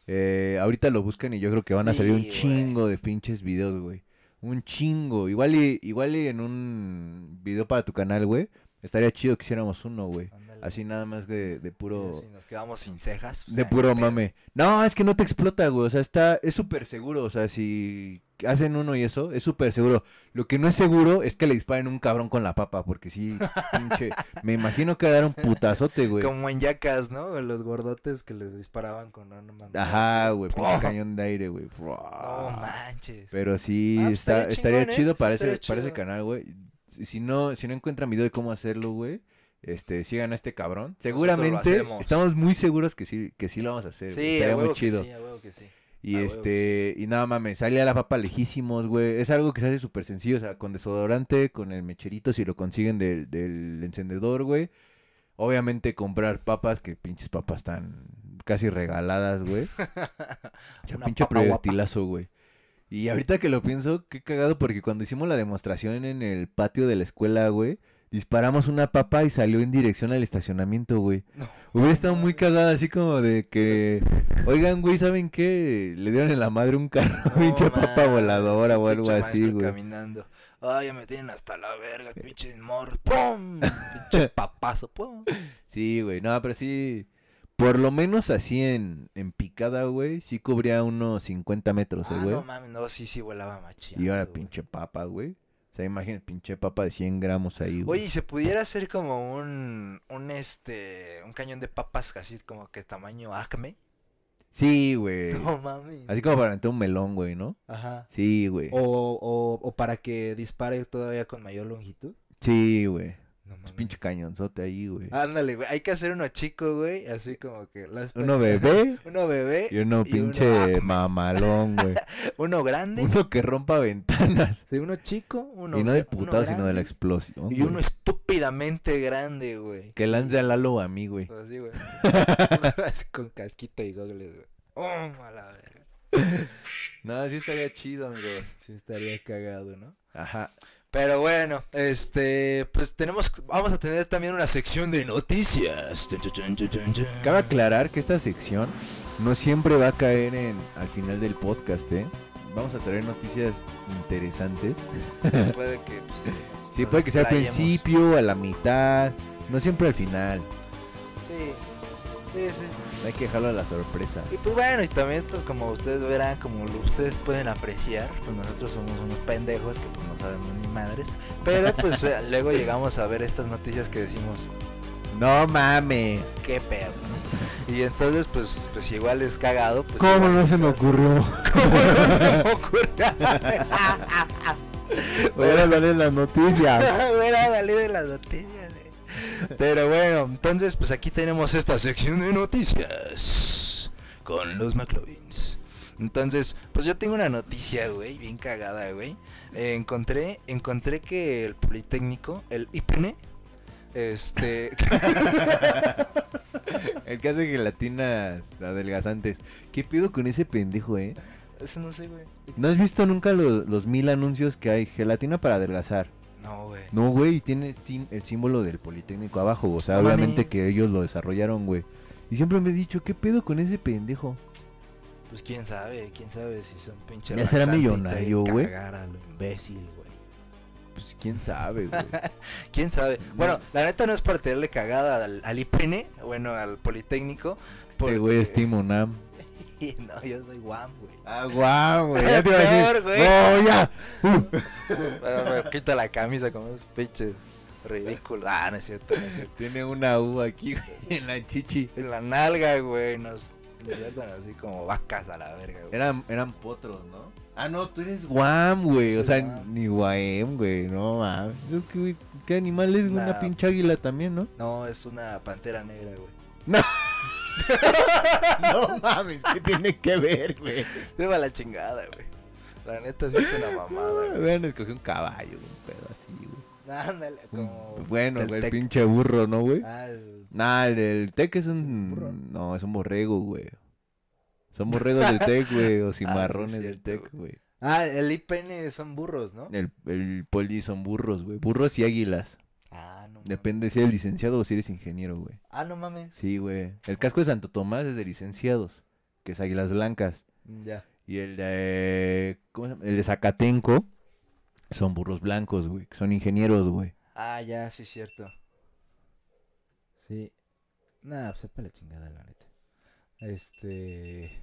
[SPEAKER 2] Eh, ahorita lo buscan y yo creo que van a salir un
[SPEAKER 1] Sí, güey.
[SPEAKER 2] chingo de pinches videos, güey. Un chingo. Igual y, igual y en un video para tu canal, güey. Estaría chido que hiciéramos uno, güey.
[SPEAKER 1] Ándale,
[SPEAKER 2] Así nada más de, de
[SPEAKER 1] mira,
[SPEAKER 2] puro.
[SPEAKER 1] Si nos quedamos sin cejas. pues,
[SPEAKER 2] De
[SPEAKER 1] ya ni
[SPEAKER 2] puro
[SPEAKER 1] pedo.
[SPEAKER 2] mame. No, es que no te explota, güey. O sea, está, es súper seguro. O sea, si hacen uno y eso, es súper seguro. Lo que no es seguro es que le disparen un cabrón con la papa, porque sí, pinche. Me imagino que va a dar un putazote, güey.
[SPEAKER 1] Como en yacas, ¿no? Los gordotes que les disparaban con "Ah, una mamá
[SPEAKER 2] Ajá,
[SPEAKER 1] así.
[SPEAKER 2] güey,
[SPEAKER 1] ¡Pum!
[SPEAKER 2] pinche cañón de aire, güey.
[SPEAKER 1] No manches.
[SPEAKER 2] Pero sí,
[SPEAKER 1] Ah, pues
[SPEAKER 2] está-
[SPEAKER 1] estaría
[SPEAKER 2] estaría
[SPEAKER 1] chingón, ¿eh?
[SPEAKER 2] chido
[SPEAKER 1] Sí,
[SPEAKER 2] para,
[SPEAKER 1] estaría
[SPEAKER 2] ese, para ese
[SPEAKER 1] chido.
[SPEAKER 2] canal, güey. Si si no, si no encuentran video de cómo hacerlo, güey, este, sigan a este cabrón.
[SPEAKER 1] Nosotros lo
[SPEAKER 2] Seguramente,
[SPEAKER 1] hacemos.
[SPEAKER 2] estamos muy seguros que sí, que sí lo vamos a hacer. güey.
[SPEAKER 1] sí, a
[SPEAKER 2] eh, estaría
[SPEAKER 1] huevo
[SPEAKER 2] muy
[SPEAKER 1] que
[SPEAKER 2] chido.
[SPEAKER 1] sí, a huevo que sí.
[SPEAKER 2] Y
[SPEAKER 1] Ah, huevo que
[SPEAKER 2] este, y nada mames, sale a la papa lejísimos, güey. Es algo que se hace súper sencillo, o sea, con desodorante, con el mecherito, si lo consiguen del, del encendedor, güey. Obviamente comprar papas, que pinches papas están casi regaladas, güey. O sea,
[SPEAKER 1] Una
[SPEAKER 2] pinche
[SPEAKER 1] papa guapa.
[SPEAKER 2] proyectilazo, güey. Y ahorita que lo pienso, qué cagado, porque cuando hicimos la demostración en el patio de la escuela, güey, disparamos una papa y salió en dirección al estacionamiento, güey.
[SPEAKER 1] No.
[SPEAKER 2] Hubiera estado muy cagada, así como de que, oigan, güey, ¿saben qué? Le dieron en la madre un carro,
[SPEAKER 1] No
[SPEAKER 2] pinche papa
[SPEAKER 1] mames,
[SPEAKER 2] voladora o
[SPEAKER 1] un
[SPEAKER 2] algo
[SPEAKER 1] pinche
[SPEAKER 2] así,
[SPEAKER 1] maestro
[SPEAKER 2] güey.
[SPEAKER 1] caminando. Ay, ya me tienen hasta la verga, pinches morros. ¡Pum! Pinche papazo, ¡pum!
[SPEAKER 2] Sí, güey, no, pero sí. Por lo menos así en, en picada, güey, sí cubría unos 50 metros, eh,
[SPEAKER 1] ah,
[SPEAKER 2] güey.
[SPEAKER 1] no mames, no, sí, sí, volaba machín.
[SPEAKER 2] y ahora
[SPEAKER 1] güey.
[SPEAKER 2] pinche papa, güey. O sea, imagínate, pinche papa de 100 gramos ahí, güey.
[SPEAKER 1] Oye, ¿y se pudiera hacer como un, un este, un cañón de papas así como que tamaño acme?
[SPEAKER 2] Sí, güey.
[SPEAKER 1] No mames.
[SPEAKER 2] Así como para meter un melón, güey, ¿no?
[SPEAKER 1] Ajá.
[SPEAKER 2] Sí, güey.
[SPEAKER 1] O, o, o para que dispare todavía con mayor longitud.
[SPEAKER 2] Sí, güey.
[SPEAKER 1] No Ah,
[SPEAKER 2] Es
[SPEAKER 1] mames.
[SPEAKER 2] Pues pinche cañonzote ahí, güey.
[SPEAKER 1] Ándale, güey. Hay que hacer uno chico, güey. Así como que. las-
[SPEAKER 2] uno bebé
[SPEAKER 1] Uno ah, bebé.
[SPEAKER 2] y uno
[SPEAKER 1] y
[SPEAKER 2] pinche
[SPEAKER 1] acme.
[SPEAKER 2] mamalón, güey.
[SPEAKER 1] Uno grande.
[SPEAKER 2] uno que rompa ventanas.
[SPEAKER 1] sí, uno chico. Uno,
[SPEAKER 2] y no de
[SPEAKER 1] gra- uno
[SPEAKER 2] putado, sino de la
[SPEAKER 1] grande,
[SPEAKER 2] explosión.
[SPEAKER 1] Y uno
[SPEAKER 2] güey.
[SPEAKER 1] estúpidamente grande, güey.
[SPEAKER 2] Que lance al Lalo a mí, güey.
[SPEAKER 1] Así, güey. Así con casquito y gogles, güey. Oh, a la verga.
[SPEAKER 2] No, sí estaría chido, amigos.
[SPEAKER 1] Sí, estaría cagado, ¿no?
[SPEAKER 2] Ajá.
[SPEAKER 1] Pero bueno, este, pues tenemos, vamos a tener también una sección de noticias. Tun, tun, tun, tun, tun, tun.
[SPEAKER 2] Cabe aclarar que esta sección no siempre va a caer en al final del podcast, ¿eh? Vamos a traer noticias interesantes.
[SPEAKER 1] Puede que, pues, nos-
[SPEAKER 2] Sí,
[SPEAKER 1] nos
[SPEAKER 2] puede que sea al
[SPEAKER 1] explayemos.
[SPEAKER 2] principio, a la mitad, no siempre al final.
[SPEAKER 1] Sí, sí, sí.
[SPEAKER 2] Hay que dejarlo a la sorpresa.
[SPEAKER 1] Y pues bueno, y también pues como ustedes verán, como lo- ustedes pueden apreciar, pues nosotros somos unos pendejos que pues no sabemos ni madres. Pero pues eh, luego llegamos a ver estas noticias que decimos,
[SPEAKER 2] No mames.
[SPEAKER 1] qué pedo. ¿no? Y entonces pues, pues igual es cagado. Pues,
[SPEAKER 2] ¿Cómo
[SPEAKER 1] igual
[SPEAKER 2] no
[SPEAKER 1] es
[SPEAKER 2] se me
[SPEAKER 1] cagado.
[SPEAKER 2] ocurrió?
[SPEAKER 1] ¿Cómo no se me ocurrió?
[SPEAKER 2] Ahora salen las noticias.
[SPEAKER 1] Bueno, dale de las noticias. eh. Pero bueno, entonces pues aquí tenemos esta sección de noticias con los McLovins. Entonces, pues yo tengo una noticia, güey, bien cagada, güey. Eh, encontré, encontré que el Politécnico, el IPNE, este,
[SPEAKER 2] El que hace gelatinas adelgazantes. ¿Qué pido con ese pendejo, eh?
[SPEAKER 1] eso no sé, güey.
[SPEAKER 2] ¿No has visto nunca lo- los mil anuncios que hay? Gelatina para adelgazar.
[SPEAKER 1] No, güey.
[SPEAKER 2] No, güey, tiene el, sim- el símbolo del Politécnico abajo. O sea,
[SPEAKER 1] No
[SPEAKER 2] obviamente
[SPEAKER 1] mames.
[SPEAKER 2] que ellos lo desarrollaron, güey. Y siempre me he dicho, ¿qué pedo con ese pendejo?
[SPEAKER 1] Pues quién sabe, quién sabe si son pinche
[SPEAKER 2] Ya será
[SPEAKER 1] laxante y te
[SPEAKER 2] millonario, güey.
[SPEAKER 1] cagar a lo imbécil, güey.
[SPEAKER 2] Pues quién sabe, güey.
[SPEAKER 1] ¿Quién sabe? Bueno, la neta no es para tenerle cagada al, al IPN, bueno, al Politécnico.
[SPEAKER 2] Este güey es Team Unam.
[SPEAKER 1] Y no, yo soy guam, güey.
[SPEAKER 2] Ah, guau, güey. Uh. Ya te iba a
[SPEAKER 1] Peor,
[SPEAKER 2] decir.
[SPEAKER 1] güey.
[SPEAKER 2] No, ya.
[SPEAKER 1] Pero me quito la camisa como esos pinches ridículos. Ah, no es cierto, no es cierto.
[SPEAKER 2] Tiene una U aquí, güey, en la chichi.
[SPEAKER 1] En la nalga, güey, nos nos tratan así como vacas a la verga, güey.
[SPEAKER 2] Eran, eran potros, ¿no? Ah, no, tú eres guam, güey.
[SPEAKER 1] Soy
[SPEAKER 2] O sea,
[SPEAKER 1] guam.
[SPEAKER 2] ni guam, güey. No mames. Es que, güey, ¿Qué animal es? güey? Una
[SPEAKER 1] Nah.
[SPEAKER 2] pinche águila también, ¿no?
[SPEAKER 1] No, es una pantera negra, güey.
[SPEAKER 2] No mames, ¿qué tiene que ver, güey?
[SPEAKER 1] Se va la chingada, güey. La neta sí es una mamada, güey.
[SPEAKER 2] Ah, Hubieran escogido un caballo, güey, un pedo así, güey.
[SPEAKER 1] Ándale, como.
[SPEAKER 2] Un- Mm, Bueno, güey, el
[SPEAKER 1] Teltec.
[SPEAKER 2] pinche burro, ¿no, güey?
[SPEAKER 1] Ah, el-
[SPEAKER 2] Nah, el, el tec es
[SPEAKER 1] ¿Es un burro?
[SPEAKER 2] un... No, es un borrego, güey. Son borregos del tec, güey, o cimarrones del
[SPEAKER 1] Ah, cierto,
[SPEAKER 2] tec, güey.
[SPEAKER 1] ah, el IPN son burros, ¿no?
[SPEAKER 2] El, el poli son burros, güey. Burros y águilas.
[SPEAKER 1] Ah, no. mames.
[SPEAKER 2] Depende si eres licenciado o si eres ingeniero, güey.
[SPEAKER 1] Ah, no mames.
[SPEAKER 2] Sí, güey. El casco de Santo Tomás es de licenciados, que es águilas blancas.
[SPEAKER 1] Ya.
[SPEAKER 2] Y el de... ¿Cómo se llama? El de Zacatenco son burros blancos, güey. que Son ingenieros, güey.
[SPEAKER 1] Ah, ya, sí, cierto. Sí. Nada, sepa la chingada, la neta. Este.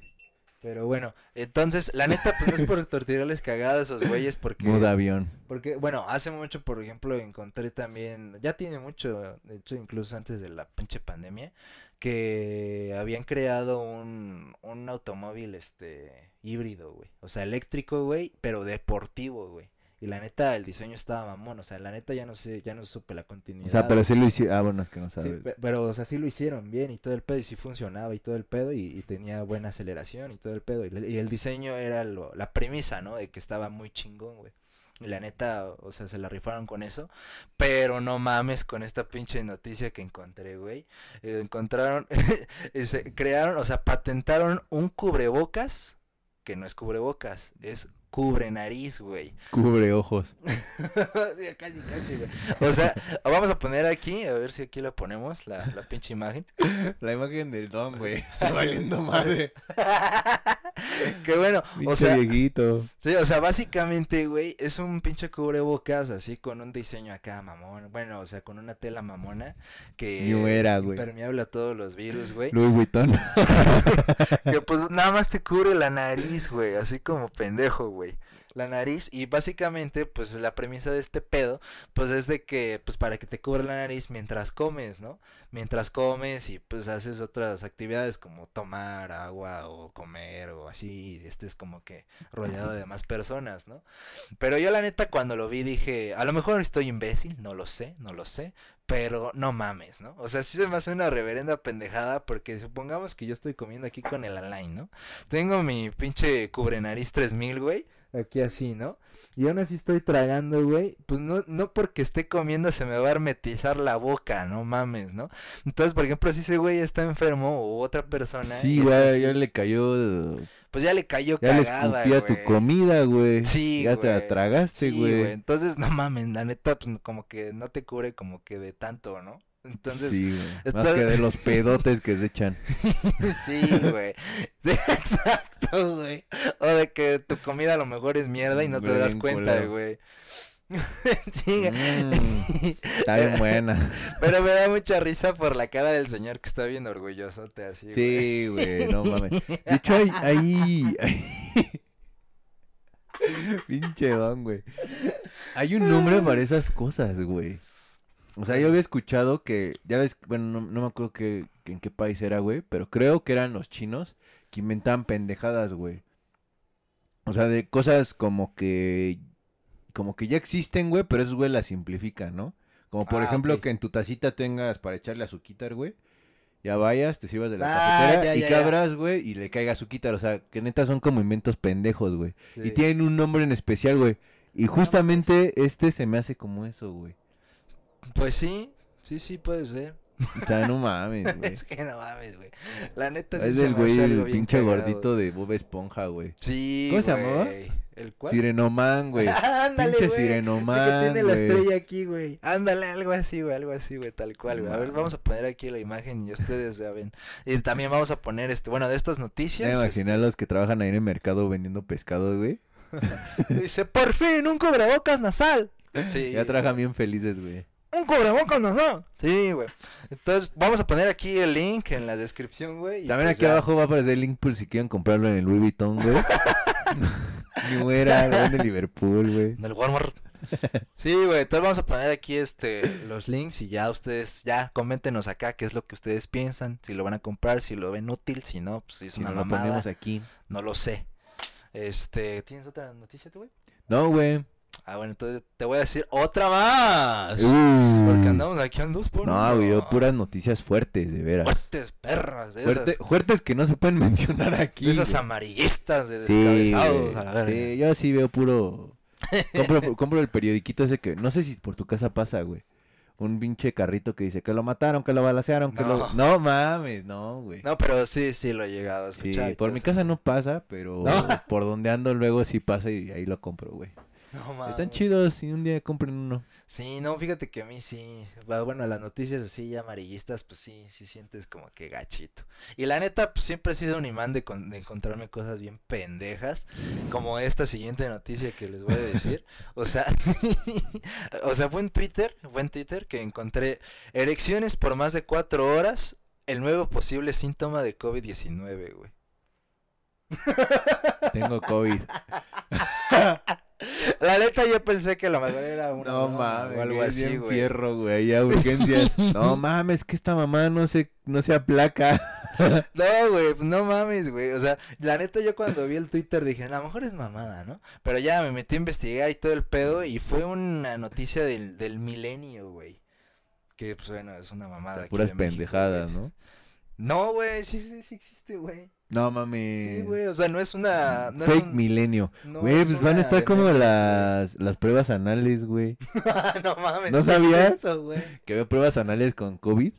[SPEAKER 1] Pero bueno, entonces, la neta, pues no es por tortirles cagada a esos güeyes, porque.
[SPEAKER 2] Modo avión.
[SPEAKER 1] Porque, bueno, hace mucho, por ejemplo, encontré también, ya tiene mucho, de hecho, incluso antes de la pinche pandemia, que habían creado un, un automóvil, este, híbrido, güey. O sea, eléctrico, güey, pero deportivo, güey. Y la neta, el diseño estaba mamón, o sea, la neta ya no sé, ya no supe la continuidad.
[SPEAKER 2] O sea, pero sí lo hicieron... Ah, bueno, es que no
[SPEAKER 1] Sí,
[SPEAKER 2] sabes.
[SPEAKER 1] pe- pero, o sea, sí lo hicieron bien y todo el pedo, y sí funcionaba y todo el pedo, y, y tenía buena aceleración y todo el pedo. Y, le- y el diseño era lo- la premisa, ¿no? De que estaba muy chingón, güey. Y la neta, o sea, se la rifaron con eso. Pero no mames con esta pinche noticia que encontré, güey. Eh, encontraron, eh, se crearon, o sea, patentaron un cubrebocas, que no es cubrebocas, es cubre nariz, güey.
[SPEAKER 2] Cubre ojos.
[SPEAKER 1] Sí, casi, casi, güey. O sea, vamos a poner aquí, a ver si aquí la ponemos, la, la pinche imagen.
[SPEAKER 2] La imagen del don, güey.
[SPEAKER 1] Valiendo
[SPEAKER 2] madre.
[SPEAKER 1] que bueno, o
[SPEAKER 2] Pinche
[SPEAKER 1] sea,
[SPEAKER 2] viejito.
[SPEAKER 1] sí, o sea, básicamente, güey, es un pinche cubrebocas así con un diseño acá mamón. Bueno, o sea, con una tela mamona que
[SPEAKER 2] New era, güey.
[SPEAKER 1] impermeable a todos los virus, güey.
[SPEAKER 2] Louis Vuitton.
[SPEAKER 1] Que pues nada más te cubre la nariz, güey, así como pendejo, güey. La nariz y básicamente pues la premisa de este pedo pues es de que pues para que te cubra la nariz mientras comes, ¿no? Mientras comes y pues haces otras actividades como tomar agua o comer o así y estés como que rodeado de más personas, ¿no? Pero yo la neta cuando lo vi dije, a lo mejor estoy imbécil, no lo sé, no lo sé, pero no mames, ¿no? O sea, sí se me hace una reverenda pendejada porque supongamos que yo estoy comiendo aquí con el Align, ¿no? Tengo mi pinche cubrenariz 3000, güey. Aquí así, ¿no? Y aún así estoy tragando, güey. Pues no, no porque esté comiendo se me va a hermetizar la boca, no mames, ¿no? Entonces, por ejemplo, si ese güey está enfermo o otra persona. y
[SPEAKER 2] Sí,
[SPEAKER 1] está
[SPEAKER 2] güey,
[SPEAKER 1] así,
[SPEAKER 2] ya le cayó.
[SPEAKER 1] Pues ya le cayó
[SPEAKER 2] Ya le
[SPEAKER 1] cagada,
[SPEAKER 2] escupía
[SPEAKER 1] güey.
[SPEAKER 2] tu comida, güey.
[SPEAKER 1] Sí,
[SPEAKER 2] Ya te
[SPEAKER 1] güey.
[SPEAKER 2] la tragaste,
[SPEAKER 1] Sí,
[SPEAKER 2] güey.
[SPEAKER 1] güey. Entonces, no mames, la neta, pues como que no te cubre como que de tanto, ¿no? Entonces,
[SPEAKER 2] Sí, güey. Más
[SPEAKER 1] estás-
[SPEAKER 2] que de los pedotes que se echan.
[SPEAKER 1] Sí, güey. Sí, exacto, güey. O de que tu comida a lo mejor es mierda y no te
[SPEAKER 2] Güey,
[SPEAKER 1] das
[SPEAKER 2] bien
[SPEAKER 1] cuenta,
[SPEAKER 2] culero.
[SPEAKER 1] güey. Sí,
[SPEAKER 2] Mm, está bien buena.
[SPEAKER 1] pero me da mucha risa por la cara del señor que está bien orgulloso, te así, güey.
[SPEAKER 2] Sí, güey, no mames. De hecho, ahí. ahí- ahí- Pinche don, güey. Hay un nombre para esas cosas, güey. O sea, yo había escuchado que. Ya ves, bueno, no, no me acuerdo que, que en qué país era, güey. Pero creo que eran los chinos que inventaban pendejadas, güey. O sea, de cosas como que. Como que ya existen, güey, pero esos, güey, las simplifican, ¿no? Como por
[SPEAKER 1] Ah,
[SPEAKER 2] ejemplo
[SPEAKER 1] ok.
[SPEAKER 2] que en tu tacita tengas para echarle azuquitar, güey. Ya vayas, te sirvas de la
[SPEAKER 1] Ah,
[SPEAKER 2] cafetera
[SPEAKER 1] ya,
[SPEAKER 2] y
[SPEAKER 1] ya,
[SPEAKER 2] que
[SPEAKER 1] ya.
[SPEAKER 2] abras, güey, y le caiga azuquitar. O sea, que neta son como inventos pendejos, güey. Y
[SPEAKER 1] Sí.
[SPEAKER 2] tienen un nombre en especial, güey. Y justamente este se me hace como eso, güey.
[SPEAKER 1] Pues sí, sí, sí puede ser.
[SPEAKER 2] O sea, no mames, güey.
[SPEAKER 1] Es que no mames, güey. La neta Este sí
[SPEAKER 2] Es
[SPEAKER 1] se
[SPEAKER 2] el
[SPEAKER 1] me hace
[SPEAKER 2] güey,
[SPEAKER 1] algo
[SPEAKER 2] el
[SPEAKER 1] bien
[SPEAKER 2] pinche
[SPEAKER 1] cagado.
[SPEAKER 2] gordito de Bob Esponja, güey.
[SPEAKER 1] Sí,
[SPEAKER 2] ¿Cómo se llamaba?
[SPEAKER 1] güey. ¿El cuál?
[SPEAKER 2] Sirenoman, güey.
[SPEAKER 1] Ándale,
[SPEAKER 2] Pinche
[SPEAKER 1] güey.
[SPEAKER 2] Sirenoman,
[SPEAKER 1] El que tiene la
[SPEAKER 2] güey.
[SPEAKER 1] estrella aquí, güey. Ándale, algo así, güey, algo así, güey, tal cual, güey. A ver,
[SPEAKER 2] Mames.
[SPEAKER 1] vamos a poner aquí la imagen y ustedes ya ven. Y también vamos a poner, este, bueno, de estas
[SPEAKER 2] Ya me
[SPEAKER 1] noticias.
[SPEAKER 2] imaginé a los que trabajan ahí en el mercado vendiendo pescado, güey.
[SPEAKER 1] este, dice, por fin, un cubrebocas nasal. Sí.
[SPEAKER 2] Ya trabajan bien felices, güey.
[SPEAKER 1] Un cubrebocas nasal. Sí, güey. Entonces, vamos a poner aquí el link en la descripción, güey. y
[SPEAKER 2] También
[SPEAKER 1] pues
[SPEAKER 2] aquí
[SPEAKER 1] ya.
[SPEAKER 2] abajo va a aparecer el link por si quieren comprarlo en el Louis Vuitton, güey. Ni era, güey, en el Liverpool, güey.
[SPEAKER 1] En el Walmart. Sí, güey, entonces vamos a poner aquí este los links y ya ustedes, ya coméntenos acá qué es lo que ustedes piensan, si lo van a comprar, si lo ven útil, si no, pues si es
[SPEAKER 2] Si
[SPEAKER 1] una
[SPEAKER 2] no lo
[SPEAKER 1] mamada.
[SPEAKER 2] ponemos aquí.
[SPEAKER 1] No lo sé. Este, ¿tienes otra noticia tú, güey?
[SPEAKER 2] No, güey.
[SPEAKER 1] Ah, bueno, entonces te voy a decir otra más. Porque andamos aquí en dos por
[SPEAKER 2] No, güey, yo
[SPEAKER 1] uno.
[SPEAKER 2] puras noticias fuertes, de veras.
[SPEAKER 1] Fuertes perras de
[SPEAKER 2] Fuerte-
[SPEAKER 1] esas.
[SPEAKER 2] fuertes que no se pueden mencionar aquí.
[SPEAKER 1] de esas
[SPEAKER 2] güey.
[SPEAKER 1] amarillistas de
[SPEAKER 2] Sí,
[SPEAKER 1] descabezados.
[SPEAKER 2] güey,
[SPEAKER 1] a la verga.
[SPEAKER 2] sí, yo sí veo puro. Compro, compro el periodiquito ese que. No sé si por tu casa pasa, güey. Un pinche carrito que dice que lo mataron, que lo balacearon, que
[SPEAKER 1] No.
[SPEAKER 2] lo. No mames, no, güey.
[SPEAKER 1] No, pero sí, sí lo he llegado a
[SPEAKER 2] Sí,
[SPEAKER 1] escuchar. y
[SPEAKER 2] por
[SPEAKER 1] todo
[SPEAKER 2] mi
[SPEAKER 1] eso.
[SPEAKER 2] casa no pasa, pero
[SPEAKER 1] No.
[SPEAKER 2] por donde ando luego sí pasa y ahí lo compro, güey.
[SPEAKER 1] No, mames.
[SPEAKER 2] Están chidos y un día compren uno.
[SPEAKER 1] Sí, no, fíjate que a mí sí. va- Bueno, las noticias así ya amarillistas, pues sí, sí sientes como que gachito. Y la neta, pues siempre he sido un imán de, con- de encontrarme cosas bien pendejas, como esta siguiente noticia que les voy a decir. O sea, o sea, fue en Twitter, fue en Twitter que encontré erecciones por más de cuatro horas, el nuevo posible síntoma de COVID-19, güey.
[SPEAKER 2] Tengo COVID.
[SPEAKER 1] La neta, yo pensé que a lo mejor era una
[SPEAKER 2] No
[SPEAKER 1] broma
[SPEAKER 2] mames,
[SPEAKER 1] o algo
[SPEAKER 2] es
[SPEAKER 1] así,
[SPEAKER 2] bien
[SPEAKER 1] güey.
[SPEAKER 2] fierro, güey, ya urgencias. no mames, que esta mamá no se, no se aplaca.
[SPEAKER 1] No, güey, pues no mames, güey. O sea, la neta yo cuando vi el Twitter dije, a lo mejor es mamada, ¿no? Pero ya me metí a investigar y todo el pedo y fue una noticia del, del milenio, güey. Que pues bueno, es una mamada. aquí
[SPEAKER 2] Puras
[SPEAKER 1] de México,
[SPEAKER 2] pendejadas,
[SPEAKER 1] güey.
[SPEAKER 2] ¿no?
[SPEAKER 1] No, güey, sí, sí, sí existe, güey.
[SPEAKER 2] No mames.
[SPEAKER 1] Sí, güey, o sea, no es una... No es
[SPEAKER 2] Eh, Fake
[SPEAKER 1] un-
[SPEAKER 2] milenio.
[SPEAKER 1] no
[SPEAKER 2] Güey,
[SPEAKER 1] es
[SPEAKER 2] pues van a
[SPEAKER 1] una
[SPEAKER 2] estar como
[SPEAKER 1] demencia,
[SPEAKER 2] las, las pruebas anales, güey.
[SPEAKER 1] güey. no mames.
[SPEAKER 2] ¿No
[SPEAKER 1] ¿qué es
[SPEAKER 2] sabías?
[SPEAKER 1] eso, güey?
[SPEAKER 2] Que veo pruebas anales con COVID.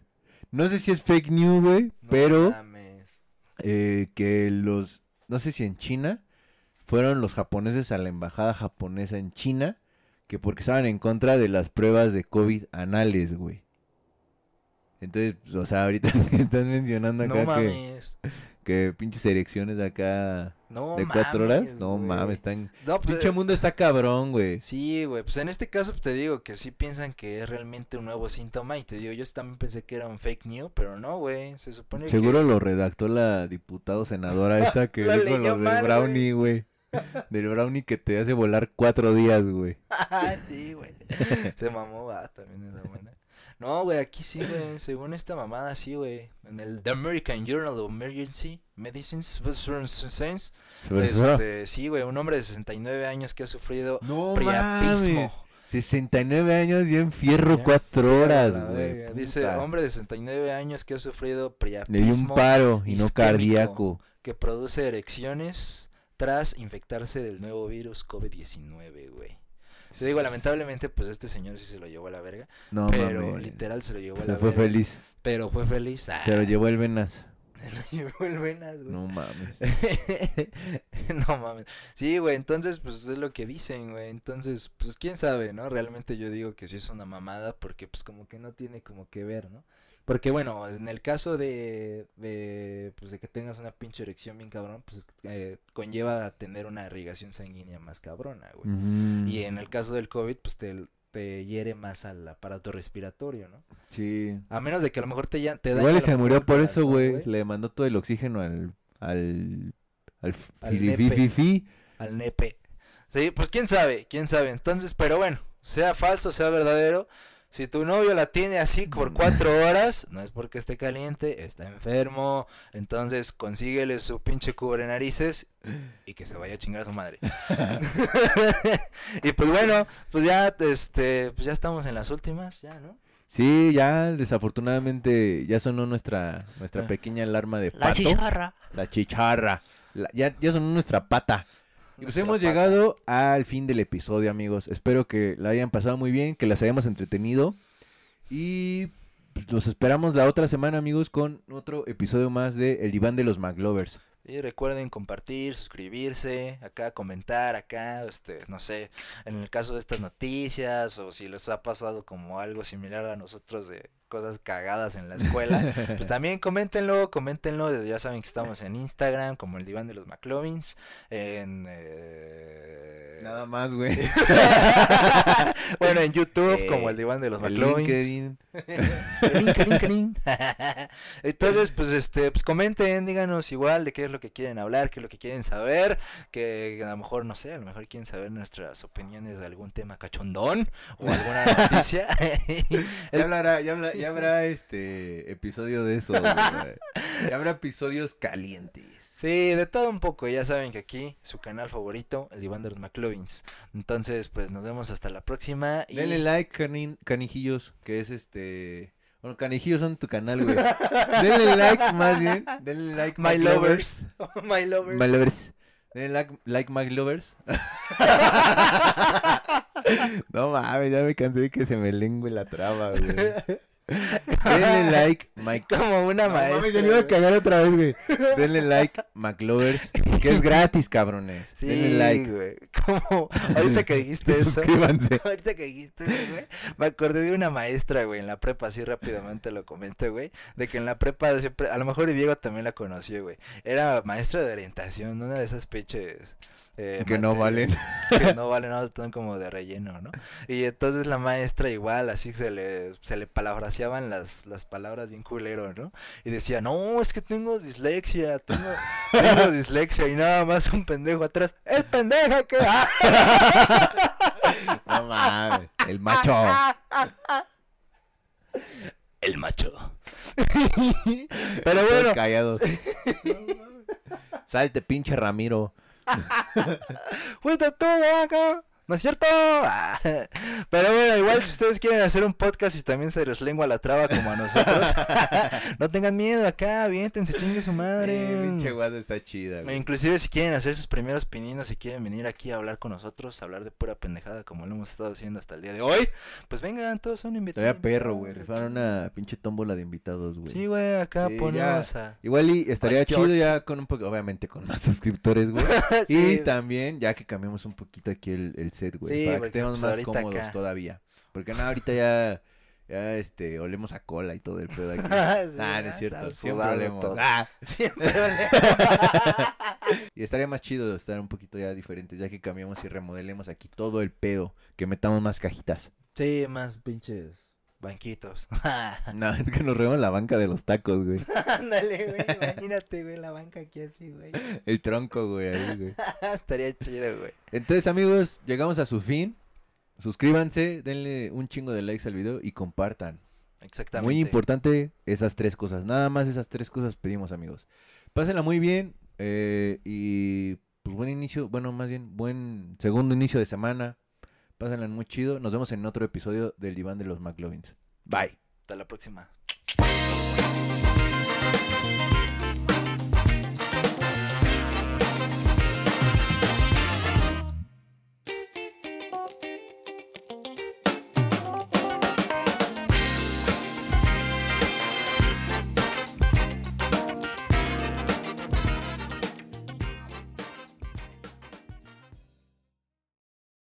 [SPEAKER 2] No sé si es fake news, güey,
[SPEAKER 1] No
[SPEAKER 2] pero...
[SPEAKER 1] mames.
[SPEAKER 2] eh, que los, no sé si en China, fueron los japoneses a la embajada japonesa en China, que porque estaban en contra de las pruebas de COVID anales, güey. Entonces, pues, o sea, ahorita me estás mencionando
[SPEAKER 1] No
[SPEAKER 2] acá que,
[SPEAKER 1] mames.
[SPEAKER 2] que pinches erecciones acá
[SPEAKER 1] No
[SPEAKER 2] de cuatro horas.
[SPEAKER 1] mames,
[SPEAKER 2] No
[SPEAKER 1] güey.
[SPEAKER 2] mames, están.
[SPEAKER 1] No, pues,
[SPEAKER 2] Pinche mundo está cabrón, güey.
[SPEAKER 1] Sí, güey, pues en este caso pues, te digo que sí piensan que es realmente un nuevo síntoma y te digo, yo también pensé que era un fake news, pero no, güey, se supone que...
[SPEAKER 2] Seguro lo redactó la diputado senadora esta que
[SPEAKER 1] La
[SPEAKER 2] dijo
[SPEAKER 1] leyó
[SPEAKER 2] lo
[SPEAKER 1] mal,
[SPEAKER 2] del brownie, güey. Del brownie que te hace volar cuatro días, güey.
[SPEAKER 1] Ah, sí, güey. Se mamó, ah, también es buena. No, güey, aquí sí, güey. Según esta mamada, sí, güey. En el The American Journal of Emergency Medicines, Sense,
[SPEAKER 2] Sobre eso.
[SPEAKER 1] este, sí, güey, un hombre de 69 años que ha sufrido
[SPEAKER 2] No mames.
[SPEAKER 1] priapismo.
[SPEAKER 2] 69 años y en fierro
[SPEAKER 1] Ya,
[SPEAKER 2] cuatro horas,
[SPEAKER 1] La
[SPEAKER 2] güey.
[SPEAKER 1] verga, Dice,
[SPEAKER 2] Puta.
[SPEAKER 1] hombre de 69 años que ha sufrido
[SPEAKER 2] Le dio un
[SPEAKER 1] priapismo
[SPEAKER 2] paro y no
[SPEAKER 1] isquémico.
[SPEAKER 2] cardíaco.
[SPEAKER 1] que produce erecciones tras infectarse del nuevo virus COVID-19, güey. Te digo, lamentablemente, pues este señor sí se lo llevó a la verga.
[SPEAKER 2] No,
[SPEAKER 1] pero
[SPEAKER 2] mames.
[SPEAKER 1] literal se lo llevó a
[SPEAKER 2] Se
[SPEAKER 1] la
[SPEAKER 2] fue
[SPEAKER 1] verga.
[SPEAKER 2] feliz.
[SPEAKER 1] Pero fue feliz. Ah,
[SPEAKER 2] Se lo llevó el Venas.
[SPEAKER 1] se lo llevó el venas, güey.
[SPEAKER 2] No mames.
[SPEAKER 1] no mames. Sí, güey, entonces, pues es lo que dicen, güey. Entonces, pues quién sabe, ¿no? Realmente yo digo que sí es una mamada porque, pues, como que no tiene como que ver, ¿no? Porque, bueno, en el caso de, de pues, de que tengas una pinche erección bien cabrón, pues, eh, conlleva a tener una irrigación sanguínea más cabrona, güey.
[SPEAKER 2] Ujú.
[SPEAKER 1] Y eh, en el caso del COVID, pues, te, te hiere más al aparato respiratorio, ¿no?
[SPEAKER 2] Sí.
[SPEAKER 1] A menos de que a lo mejor te, ya- te dañe a
[SPEAKER 2] Igual y
[SPEAKER 1] lo
[SPEAKER 2] se
[SPEAKER 1] mejor
[SPEAKER 2] murió
[SPEAKER 1] el
[SPEAKER 2] por eso,
[SPEAKER 1] corazón,
[SPEAKER 2] güey. Le mandó todo el oxígeno al. al. al.
[SPEAKER 1] Al
[SPEAKER 2] filifififi.
[SPEAKER 1] al nepe. Sí, pues quién sabe, quién sabe. Entonces, pero bueno, sea falso, sea verdadero. Si tu novio la tiene así
[SPEAKER 2] Mm.
[SPEAKER 1] por cuatro horas, no es porque esté caliente, está enfermo. Entonces, consíguele su pinche cubre narices y que se vaya a chingar a su madre. y pues bueno, pues ya, este, pues ya estamos en las últimas, ya, ¿no?
[SPEAKER 2] Sí, ya desafortunadamente ya sonó nuestra nuestra
[SPEAKER 1] Ah.
[SPEAKER 2] pequeña alarma de pato, la chicharra, la- ya, ya sonó nuestra pata. Y pues
[SPEAKER 1] Nuestra
[SPEAKER 2] hemos
[SPEAKER 1] pata.
[SPEAKER 2] llegado al fin del episodio, amigos. Espero que la hayan pasado muy bien, que las hayamos entretenido y pues, los esperamos la otra semana, amigos, con otro episodio más de El diván de los Maglovers.
[SPEAKER 1] Y recuerden compartir, suscribirse, acá comentar, acá, este, no sé, en el caso de estas noticias o si les ha pasado como algo similar a nosotros de cosas cagadas en la escuela, pues también coméntenlo, coméntenlo, ya saben que estamos en Instagram como el diván de los McLovins, en... eh,
[SPEAKER 2] Nada más, güey.
[SPEAKER 1] bueno, en YouTube
[SPEAKER 2] Sí.
[SPEAKER 1] como el diván de los
[SPEAKER 2] El
[SPEAKER 1] McLovins.
[SPEAKER 2] LinkedIn.
[SPEAKER 1] Carín, carín, carín. Entonces, pues este, pues comenten, díganos igual de qué es lo que quieren hablar, qué es lo que quieren saber, que a lo mejor, no sé, a lo mejor quieren saber nuestras opiniones de algún tema cachondón o alguna noticia.
[SPEAKER 2] Ya hablará, ya, habla- ya habrá este episodio de eso. güey. Ya habrá episodios calientes.
[SPEAKER 1] sí, de todo un poco, ya saben que aquí su canal favorito, el Diván de los McLovins. Entonces, pues nos vemos hasta la próxima y
[SPEAKER 2] Denle like, canin- canijillos, que es este. Bueno, canijillos son tu canal, güey. Denle like, más bien. Denle like,
[SPEAKER 1] my
[SPEAKER 2] Mac
[SPEAKER 1] lovers, my lovers.
[SPEAKER 2] My lovers. Denle like, like my lovers. no mames, ya me cansé de que se me lengüe la traba, güey. Denle like, my
[SPEAKER 1] Como una
[SPEAKER 2] No
[SPEAKER 1] maestra.
[SPEAKER 2] mames, ya le iba a
[SPEAKER 1] güey.
[SPEAKER 2] cagar otra vez, güey. Denle like, McLovers, que es gratis, cabrones.
[SPEAKER 1] Sí,
[SPEAKER 2] Denle like.
[SPEAKER 1] güey. Como ahorita que dijiste eso.
[SPEAKER 2] Suscríbanse.
[SPEAKER 1] Ahorita que dijiste, eso, güey, me acordé de una maestra, güey, en la prepa, así rápidamente lo comento, güey, de que en la prepa siempre, a lo mejor Diego también la conoció, güey, era maestra de orientación, una de esas peches. eh,
[SPEAKER 2] Que no
[SPEAKER 1] materias
[SPEAKER 2] valen.
[SPEAKER 1] Que no valen, no, están como de relleno, ¿no? Y entonces la maestra igual, así se le, se le palabraseaban las, las palabras bien culero, ¿no? Y decía, no, es que tengo dislexia, tengo, tengo dislexia y nada más un pendejo atrás, es pendeja que...
[SPEAKER 2] No mames. El macho.
[SPEAKER 1] El macho. Pero bueno,
[SPEAKER 2] Todos Callados. Salte, pinche Ramiro.
[SPEAKER 1] fuiste tú, acá. ¿No es cierto? Ah, Pero bueno, igual si ustedes quieren hacer un podcast y también se les lengua la traba como a nosotros, no tengan miedo acá, aviéntense, chingue su
[SPEAKER 2] Eh, pinche
[SPEAKER 1] madre.
[SPEAKER 2] guado está chida, güey.
[SPEAKER 1] Inclusive si quieren hacer sus primeros pininos, si quieren venir aquí a hablar con nosotros, a hablar de pura pendejada como lo hemos estado haciendo hasta el día de hoy, pues vengan, todos son invitados.
[SPEAKER 2] Estaría perro, güey. Rifaron una pinche tómbola de invitados, güey.
[SPEAKER 1] Sí, güey, acá
[SPEAKER 2] Sí, ya.
[SPEAKER 1] ponemos a...
[SPEAKER 2] Igual y estaría
[SPEAKER 1] Al
[SPEAKER 2] chido
[SPEAKER 1] short.
[SPEAKER 2] ya con un poco, obviamente con más suscriptores, güey.
[SPEAKER 1] Sí,
[SPEAKER 2] Y también, ya que cambiamos un poquito aquí el, el set, güey,
[SPEAKER 1] Sí,
[SPEAKER 2] para que
[SPEAKER 1] porque,
[SPEAKER 2] estemos
[SPEAKER 1] pues,
[SPEAKER 2] más
[SPEAKER 1] ahorita
[SPEAKER 2] cómodos
[SPEAKER 1] acá.
[SPEAKER 2] todavía. Porque no, ahorita ya, Ya, este, olemos a cola y todo el pedo aquí.
[SPEAKER 1] Sí,
[SPEAKER 2] ah, no
[SPEAKER 1] ah,
[SPEAKER 2] es cierto,
[SPEAKER 1] está
[SPEAKER 2] siempre
[SPEAKER 1] sudado
[SPEAKER 2] olemos.
[SPEAKER 1] todo.
[SPEAKER 2] Ah.
[SPEAKER 1] Siempre
[SPEAKER 2] Y estaría más chido estar un poquito ya diferentes, ya que cambiamos y remodelemos aquí todo el pedo, que metamos más cajitas.
[SPEAKER 1] Sí, más pinches banquitos.
[SPEAKER 2] No, es que nos reban la banca de los tacos, güey.
[SPEAKER 1] Ándale, güey, imagínate, güey, la banca aquí así, güey.
[SPEAKER 2] El tronco, güey, ahí, güey.
[SPEAKER 1] Estaría chido, güey.
[SPEAKER 2] Entonces, amigos, llegamos a su fin. Suscríbanse, denle un chingo de likes al video y compartan.
[SPEAKER 1] Exactamente.
[SPEAKER 2] Muy importante esas tres cosas. Nada más esas tres cosas pedimos, amigos. Pásenla muy bien eh, y pues buen inicio, bueno, más bien buen segundo inicio de semana. Pásenla muy chido. Nos vemos en otro episodio del Diván de los McLovins. Bye.
[SPEAKER 1] Hasta la próxima.